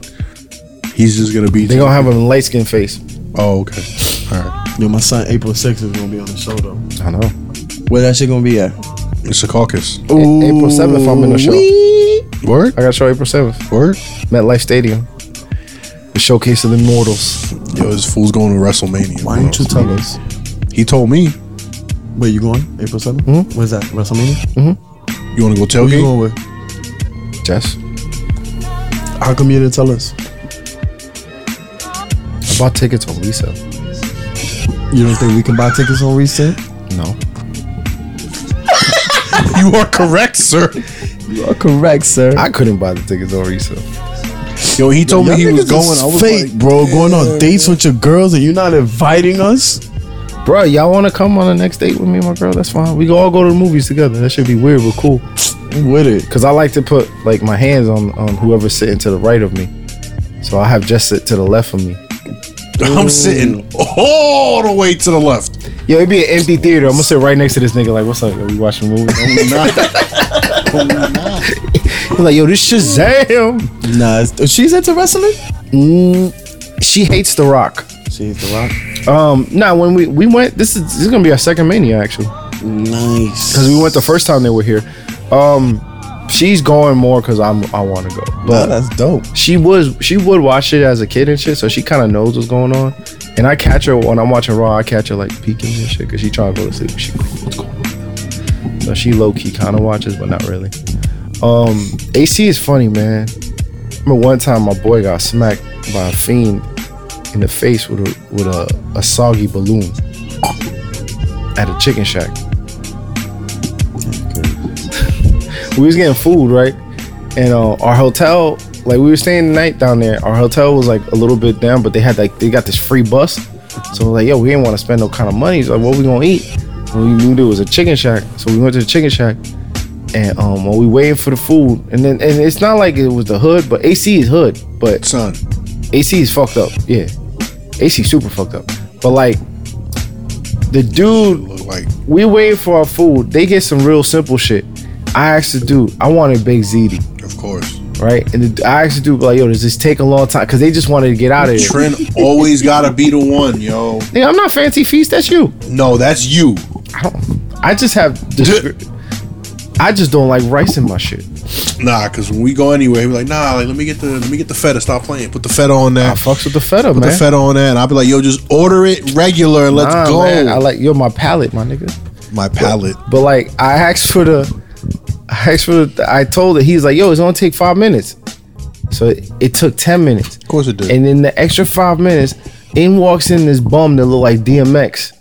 Speaker 1: he's just gonna be.
Speaker 2: They gonna have him in light skinned face.
Speaker 1: Oh, okay. All right.
Speaker 3: Yo, my son April 6th is gonna be on the show though.
Speaker 2: I know.
Speaker 3: Where that shit gonna be at?
Speaker 1: It's a caucus.
Speaker 2: A- April 7th, I'm in the show.
Speaker 1: Oh, Word.
Speaker 2: I got a show April 7th.
Speaker 1: Word.
Speaker 2: MetLife Stadium. The showcase of the mortals.
Speaker 1: Yo, this fool's going to WrestleMania.
Speaker 3: Why didn't you tell us?
Speaker 1: He told me.
Speaker 3: Where you going? Hmm? April 7th? Where's that? WrestleMania?
Speaker 1: You want to go
Speaker 3: Who you
Speaker 1: tailgate?
Speaker 3: going with?
Speaker 2: Jess.
Speaker 3: How come you didn't tell us?
Speaker 2: I bought tickets on resale.
Speaker 3: You don't think we can buy tickets on resale?
Speaker 2: No.
Speaker 1: [laughs] You are correct, sir.
Speaker 3: You are correct, sir.
Speaker 2: I couldn't buy the tickets on resale.
Speaker 1: Yo, he told me he was going. I was
Speaker 3: fake,
Speaker 1: like,
Speaker 3: bro. Going on dates with your girls and you're not inviting us?
Speaker 2: Bro, y'all wanna come on the next date with me and my girl? That's fine. We can all go to the movies together. That should be weird but cool.
Speaker 3: I'm with [laughs] it.
Speaker 2: Cause I like to put like my hands on, on whoever's sitting to the right of me. So I have Jess sit to the left of me.
Speaker 1: I'm sitting all the way to the left.
Speaker 2: Yo, it'd be an empty theater. I'm gonna sit right next to this nigga. Like, what's up? Yo, we watching a movie?
Speaker 1: I'm not.
Speaker 2: He's [laughs] like, yo, this Shazam.
Speaker 3: Nah, it's- oh, she's into wrestling?
Speaker 2: She hates The Rock.
Speaker 3: She's the rock.
Speaker 2: Um, nah, when we we went, this is this is gonna be our second mania actually,
Speaker 3: Nice.
Speaker 2: because we went the first time they were here. Um, she's going more because I'm I want to go,
Speaker 3: Nah,
Speaker 2: but
Speaker 3: Oh, that's dope.
Speaker 2: she was she would watch it as a kid and shit, so she kind of knows what's going on. And I catch her when I'm watching Raw, I catch her like peeking and shit because she trying to go to sleep. She like, what's going on? So she low key kind of watches, but not really. Um, AC is funny, man. remember one time my boy got smacked by a fiend in the face with a with a, a soggy balloon at a chicken shack. [laughs] we was getting food, right? And uh, our hotel, like we were staying the night down there. Our hotel was like a little bit down, but they had like they got this free bus. So we're like, yo, we didn't want to spend no kind of money. So like, what we gonna eat? And we knew there was a chicken shack, so we went to the chicken shack. And um, while we waiting for the food, and then and it's not like it was the hood, but AC is hood, but
Speaker 1: Son,
Speaker 2: AC is fucked up. Yeah. AC super fucked up. But like the dude,
Speaker 1: look like
Speaker 2: we waiting for our food. They get some real simple shit. I asked the dude, I wanted Big ziti,
Speaker 1: of course.
Speaker 2: right? And the, I asked the dude, like, yo, does this take a long time? Cause they just wanted to get out of here.
Speaker 1: Trent always gotta be the one, yo.
Speaker 2: Nigga, I'm not fancy feast, that's you.
Speaker 1: No, that's you.
Speaker 2: I don't I just have discre- I just don't like rice in my shit.
Speaker 1: Nah, cause when we go anywhere, we like, nah, like let me get the let me get the feta. Stop playing. Put the feta on
Speaker 2: I
Speaker 1: that.
Speaker 2: fucks with the feta,
Speaker 1: Put
Speaker 2: man.
Speaker 1: the feta on that. And I'll be like, yo, just order it regular and let's
Speaker 2: Nah,
Speaker 1: go.
Speaker 2: man, I like yo my palate, my nigga.
Speaker 1: My palate.
Speaker 2: But like I asked for the I asked for the, I told it, he's like, yo, it's gonna take five minutes. So it, it took ten minutes. Of
Speaker 1: course it did.
Speaker 2: And in the extra five minutes, in walks in this bum that looked like DMX.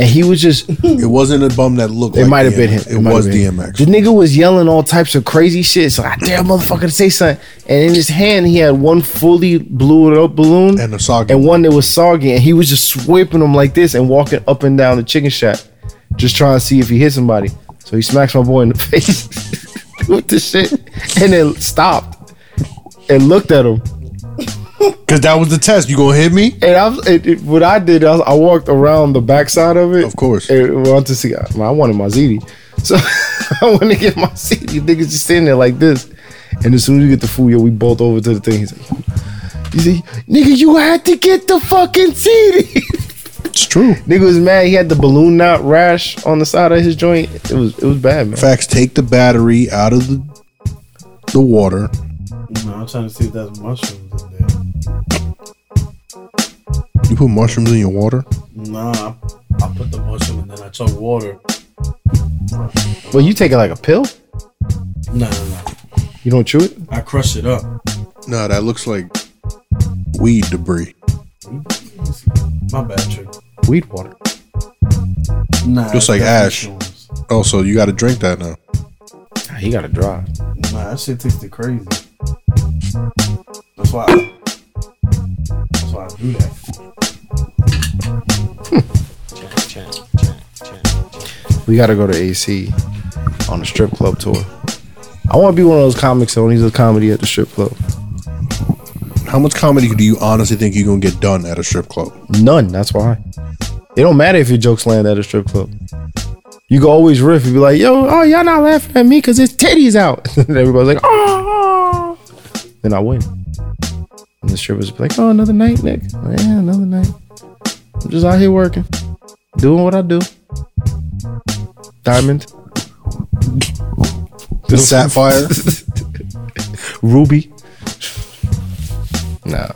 Speaker 2: And he was just
Speaker 1: It wasn't a bum that looked.
Speaker 2: It
Speaker 1: like
Speaker 2: might have
Speaker 1: DMX.
Speaker 2: been him.
Speaker 1: It,
Speaker 2: might
Speaker 1: was
Speaker 2: have been him.
Speaker 1: DMX.
Speaker 2: The nigga was yelling all types of crazy shit. So I dare a motherfucker to say something. And in his hand, he had one fully blew up balloon
Speaker 1: And a soggy
Speaker 2: and
Speaker 1: one.
Speaker 2: one that was soggy. And he was just swiping them like this and walking up and down the chicken shack, just trying to see if he hit somebody. So he smacks my boy in the [laughs] face with the shit, and then stopped and looked at him.
Speaker 1: Cause that was the test. You gonna hit me?
Speaker 2: And I, it, it, what I did, I, was- I walked around the backside of it.
Speaker 1: Of course.
Speaker 2: And went to see. I, I wanted my ziti, so [laughs] I went to get my ziti. Niggas just sitting there like this, and as soon as you get the food, yo, we bolt over to the thing. He's like, "You see, nigga, you had to get the fucking ziti."
Speaker 1: It's true.
Speaker 2: [laughs] nigga was mad. He had the balloon knot rash on the side of his joint. It was, it was bad, man.
Speaker 1: Facts. Take the battery out of the the water.
Speaker 3: No, I'm trying to see if that's mushrooms in there.
Speaker 1: You put mushrooms in your water.
Speaker 3: Nah, I, I put the mushroom and then I chug water.
Speaker 2: Well, you taking like a pill?
Speaker 3: Nah, nah, nah.
Speaker 2: You don't chew it?
Speaker 3: I crush it up.
Speaker 1: Nah, that looks like weed debris.
Speaker 3: My bad, trick.
Speaker 2: Weed water.
Speaker 3: Nah,
Speaker 1: Just like
Speaker 3: that's
Speaker 1: ash.
Speaker 3: mushrooms.
Speaker 1: Oh, so you got to drink that now.
Speaker 2: Nah, He got to drive.
Speaker 3: Nah, that shit tasted crazy. That's why. I, that's why I do that.
Speaker 2: We got to go to AC on a strip club tour. I want to be one of those comics that only does comedy at the strip club.
Speaker 1: How much comedy do you honestly think you're gonna get done at a strip club?
Speaker 2: None. That's why. It don't matter if your jokes land at a strip club. You can always riff and be like, "Yo, oh y'all not laughing at me because it's titties out," [laughs] and everybody's like, "Oh." Then I win. And the strippers be like, "Oh, another night, Nick. Yeah, another night. I'm just out here working, doing what I do." Diamond,
Speaker 1: The
Speaker 2: [laughs]
Speaker 1: sapphire,
Speaker 2: ruby. Nah,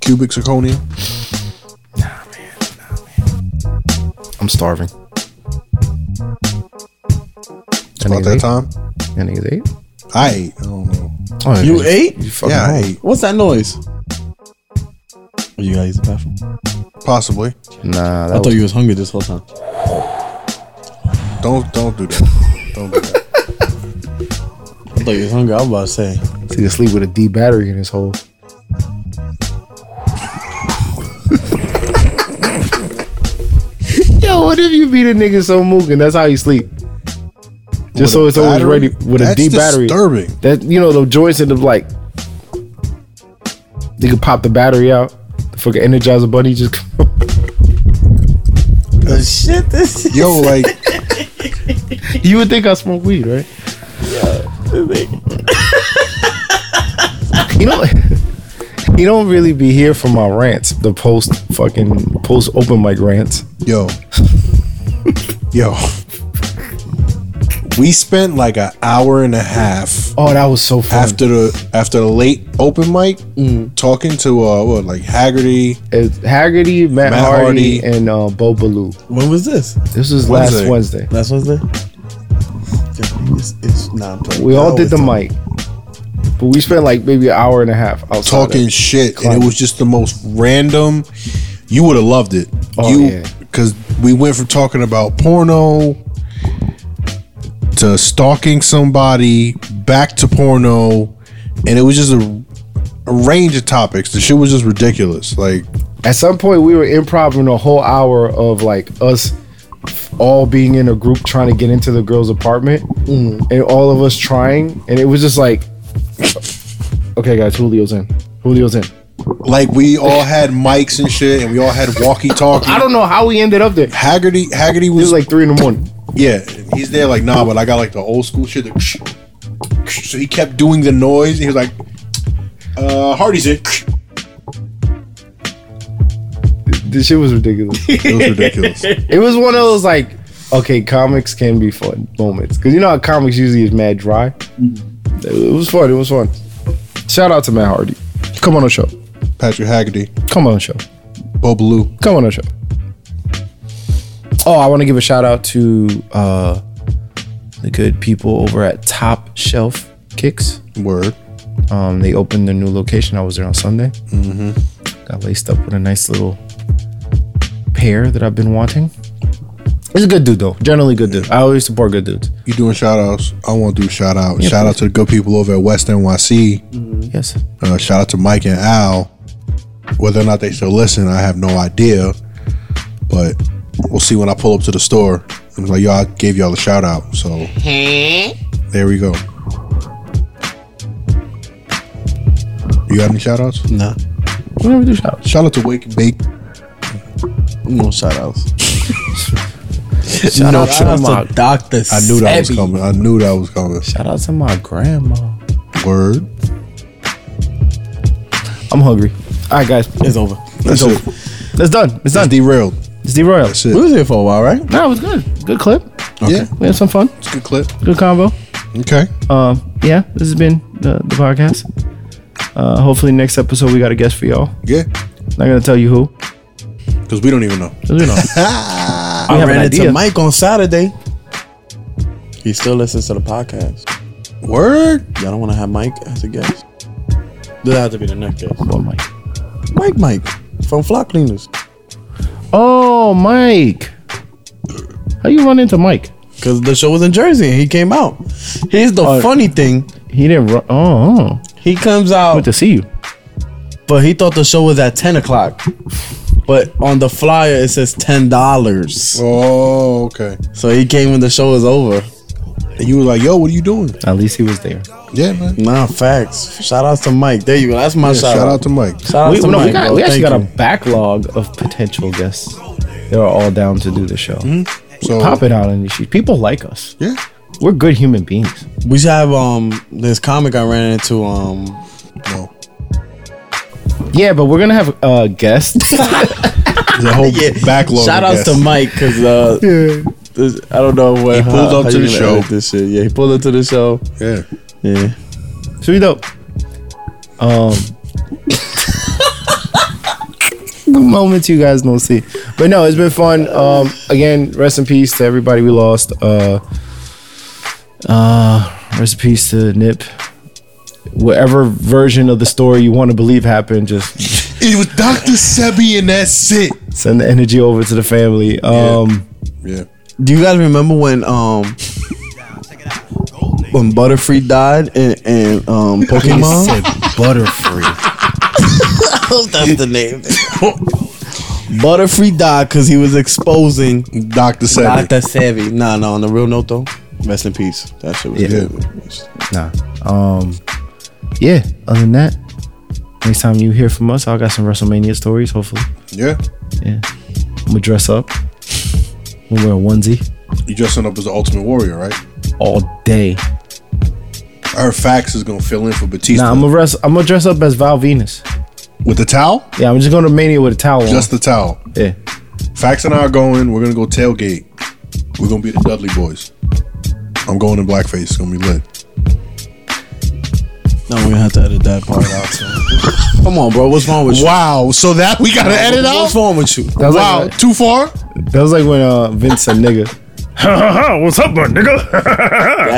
Speaker 1: cubic zirconia.
Speaker 2: I'm starving.
Speaker 1: It's about that time.
Speaker 2: That nigga's ate.
Speaker 1: I ate. I don't know.
Speaker 2: Oh, that
Speaker 3: You
Speaker 2: nigga's-
Speaker 3: ate?
Speaker 2: You fucking
Speaker 1: yeah, I
Speaker 2: hungry.
Speaker 1: ate.
Speaker 3: What's that noise? Oh, you gotta use the bathroom.
Speaker 1: Possibly.
Speaker 2: Nah, that
Speaker 3: I
Speaker 2: was
Speaker 3: thought you was hungry this whole time.
Speaker 1: Don't don't do that. Don't do that.
Speaker 3: I thought you was hungry. I was about to say.
Speaker 2: He could sleep with a D battery in his hole. [laughs] Yo, what if you beat a nigga so mook and that's how you sleep? Just [laughs] so it's always
Speaker 1: Battery?
Speaker 2: ready with a
Speaker 1: That's
Speaker 2: D battery.
Speaker 1: Disturbing.
Speaker 2: That you know the joints end up like they could pop the battery out. The fucking energizer bunny just [laughs]
Speaker 3: The shit this is.
Speaker 1: Yo,
Speaker 2: [laughs]
Speaker 1: like
Speaker 2: You would think I smoke weed, right? you know, you don't really be here for my rants, the post fucking post open mic rants.
Speaker 1: Yo. Yo. We spent like an hour and a half
Speaker 2: Oh, that was so fun.
Speaker 1: after the after the late open mic
Speaker 2: Mm.
Speaker 1: talking to uh what like Haggerty.
Speaker 2: It's Haggerty, Matt,
Speaker 1: Matt
Speaker 2: Hardy,
Speaker 1: Hardy.
Speaker 2: and uh, Bo Baloo.
Speaker 3: When was this?
Speaker 2: This was last
Speaker 1: Wednesday.
Speaker 2: Wednesday.
Speaker 3: Last Wednesday. It's, it's nah, I'm playing.
Speaker 2: We
Speaker 3: I
Speaker 2: all
Speaker 3: always
Speaker 2: did the
Speaker 3: tell
Speaker 2: mic, but we spent like maybe an hour and a half outside of-
Speaker 1: talking shit, and
Speaker 2: Club.
Speaker 1: it was just the most random. You would have loved it.
Speaker 2: Oh,
Speaker 1: you
Speaker 2: yeah.
Speaker 1: because we went from talking about porno to stalking somebody, back to porno, and it was just a, a range of topics. The shit was just ridiculous. Like
Speaker 2: At some point, we were improvising a whole hour of like us all being in a group trying to get into the girl's apartment, and all of us trying, and it was just like, okay, guys, Julio's in. Julio's in.
Speaker 1: like we all had mics and shit, and we all had walkie talkie.
Speaker 2: [laughs] I don't know how we ended up there. It
Speaker 1: Haggerty Haggerty was,
Speaker 2: was like three in the morning.
Speaker 1: Yeah, and he's there like, nah, but I got like the old school shit. That, [laughs] so he kept doing the noise. He was like, uh, Hardy's in.
Speaker 2: This shit was ridiculous.
Speaker 1: It was ridiculous.
Speaker 2: it was one of those like okay, comics can be fun moments because you know how comics usually is mad dry. It was fun. It was fun. Shout out to Matt Hardy. Come on the show.
Speaker 1: Patrick Haggerty,
Speaker 2: Come on the show.
Speaker 1: Bobaloo.
Speaker 2: Come on the show. Oh, I want to give a shout out to uh, the good people over at Top Shelf Kicks.
Speaker 1: Word.
Speaker 2: Um, they opened their new location. I was there on Sunday. Mm-hmm. Got laced up with a nice little pair that I've been wanting. He's a good dude though. Generally good dude. I always support good dudes.
Speaker 1: You doing shout outs? I want to do shout out. shout out to the good people over at West NYC.
Speaker 2: Yes.
Speaker 1: Uh, shout out to Mike and Al. Whether or not they still listen, I have no idea. But we'll see when I pull up to the store. I'm like, y'all, I gave y'all a shout out. So there we go. You got any shout outs?
Speaker 3: Nah.
Speaker 2: What do we do shout outs?
Speaker 1: Shout out to Wake and Bake.
Speaker 3: No shout outs.
Speaker 2: Shout
Speaker 4: No,
Speaker 2: out to
Speaker 4: shout
Speaker 2: my
Speaker 4: out to Doctor.
Speaker 1: I knew that was coming. I knew that was coming.
Speaker 2: shout out to my grandma.
Speaker 1: Word.
Speaker 2: I'm hungry. All right, guys.
Speaker 3: It's over.
Speaker 1: That's it.
Speaker 2: That's done. It's
Speaker 1: That's
Speaker 2: done.
Speaker 1: derailed.
Speaker 2: It's the royal.
Speaker 1: That's it.
Speaker 3: We was here for a while, right?
Speaker 2: No, it was good. Good clip.
Speaker 1: Yeah.
Speaker 2: We had some fun.
Speaker 1: It's a good clip.
Speaker 2: Good combo.
Speaker 1: Okay.
Speaker 2: Um, yeah, this has been the, the podcast. Uh, hopefully next episode we got a guest for y'all.
Speaker 1: Yeah.
Speaker 2: Not gonna tell you who.
Speaker 1: Because we don't even know.
Speaker 2: 'cause [laughs] we know. We
Speaker 3: I
Speaker 2: have an
Speaker 3: ran into
Speaker 2: idea.
Speaker 3: Mike on Saturday. He still listens to the podcast.
Speaker 1: Word.
Speaker 3: Y'all don't want to have Mike as a guest. Doesn't have to be the next guest.
Speaker 2: Oh, Mike.
Speaker 3: Mike, Mike from Flock Cleaners.
Speaker 2: Oh, Mike. How you run into Mike?
Speaker 3: Cause the show was in Jersey and he came out. Here's the
Speaker 2: Oh.
Speaker 3: funny thing.
Speaker 2: He didn't run. Oh, oh.
Speaker 3: He comes
Speaker 2: went
Speaker 3: out,
Speaker 2: to see you.
Speaker 3: but he thought the show was at 10 o'clock. But on the flyer it says ten dollars.
Speaker 1: Oh, okay.
Speaker 3: So he came when the show was over.
Speaker 1: And you were like, yo, what are you doing?
Speaker 2: At least he was there.
Speaker 1: Yeah, man.
Speaker 3: Nah, facts. Shout outs to Mike. There you go. That's my
Speaker 1: Yeah,
Speaker 3: shout,
Speaker 1: shout
Speaker 3: out.
Speaker 1: out to Mike.
Speaker 3: Shout out
Speaker 2: we,
Speaker 3: to
Speaker 2: no,
Speaker 3: Mike.
Speaker 2: we, got,
Speaker 3: bro.
Speaker 2: we actually
Speaker 3: Thank
Speaker 2: got a
Speaker 3: you.
Speaker 2: backlog of potential guests. They are all down to do the show.
Speaker 3: Mm-hmm.
Speaker 1: So
Speaker 2: Pop it out on these sheets. People like us.
Speaker 1: yeah,
Speaker 2: We're good human beings.
Speaker 3: We should have um this comic I ran into um
Speaker 1: no,
Speaker 2: Yeah, but we're gonna have uh,
Speaker 3: [laughs]
Speaker 2: guests.
Speaker 1: the whole backlog.
Speaker 3: shout outs to Mike because uh this- I don't know what uh,
Speaker 1: He pulled up to the
Speaker 3: you gonna
Speaker 1: show.
Speaker 3: edit This shit. Yeah, he pulled up to the show.
Speaker 1: Yeah,
Speaker 3: Yeah.
Speaker 2: Sweet dope. Um, [laughs] the moments you guys don't see, but no, it's been fun. Um, again, rest in peace to everybody we lost. Uh, uh, rest in peace to Nip. Whatever version of the story you want to believe happened, just
Speaker 1: it was Doctor Sebi, and that's it.
Speaker 2: send the energy over to the family. Um,
Speaker 1: Yeah,
Speaker 3: Do you guys remember when um when Butterfree died and and um
Speaker 1: [laughs]
Speaker 3: Pokemon?
Speaker 2: Butterfree.
Speaker 3: That's the name. Butterfree died because he was exposing
Speaker 1: Doctor Sebi.
Speaker 3: Dr. Savvy. Nah, nah, on the real note though. Rest in peace. That shit was
Speaker 2: Yeah.
Speaker 3: good.
Speaker 2: Nah. Um. Yeah. Other than that, next time you hear from us, I got some WrestleMania stories. Hopefully.
Speaker 1: Yeah,
Speaker 2: Yeah. I'm gonna dress up. I'm gonna wear a onesie
Speaker 1: you dressing up as the Ultimate Warrior, right?
Speaker 2: all day.
Speaker 1: Our fax is gonna fill in for Batista
Speaker 2: Nah, I'm gonna rest. I'm gonna dress up as Val Venus.
Speaker 1: with the towel,
Speaker 2: Yeah, I'm just gonna mania with a towel.
Speaker 1: just the towel.
Speaker 2: on. yeah.
Speaker 1: Fax and I are going. We're gonna go tailgate. We're gonna be the Dudley Boys. I'm going in blackface. It's gonna be lit.
Speaker 3: No, we're gonna have to edit that part out. too. Come on, bro. What's wrong with you?
Speaker 1: Wow. So that we gotta edit
Speaker 3: What's wrong with you?
Speaker 2: That was
Speaker 1: Wow.
Speaker 2: Like,
Speaker 1: Too far.
Speaker 2: that was like when uh, Vince said nigga.
Speaker 3: That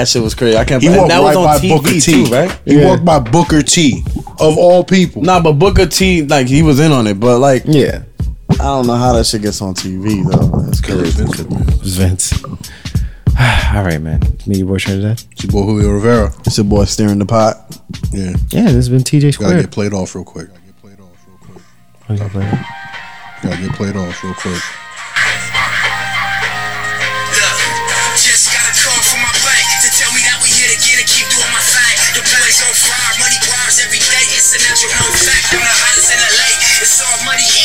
Speaker 3: shit was crazy. I can't.
Speaker 1: He
Speaker 3: and
Speaker 1: walked
Speaker 3: that was
Speaker 1: right
Speaker 3: on
Speaker 1: by Booker
Speaker 3: TV
Speaker 1: T.
Speaker 3: too, right?
Speaker 1: He
Speaker 2: Yeah.
Speaker 1: walked by Booker T. Of all people.
Speaker 3: Nah, but Booker T, like he was in on it, but like
Speaker 2: Yeah.
Speaker 3: I don't know how that shit gets on TV though. That's crazy.
Speaker 2: It was Vince. [sighs] all right, man. It's me, your boy Trader Dad.
Speaker 1: It's your boy Julio Rivera.
Speaker 3: It's your boy steering the pot.
Speaker 1: Yeah.
Speaker 2: Yeah, this has been TJ
Speaker 1: Gotta
Speaker 2: Squared.
Speaker 1: get played off real quick. Gotta get played off real quick.
Speaker 2: Okay, play it.
Speaker 1: Gotta get played off real quick.
Speaker 5: Look, just got a call from my bank to tell me that we here to get it, keep doing my thing. The boys on fire, money bribes every day, it's a natural known fact. I'm the hottest in LA, it's all money, he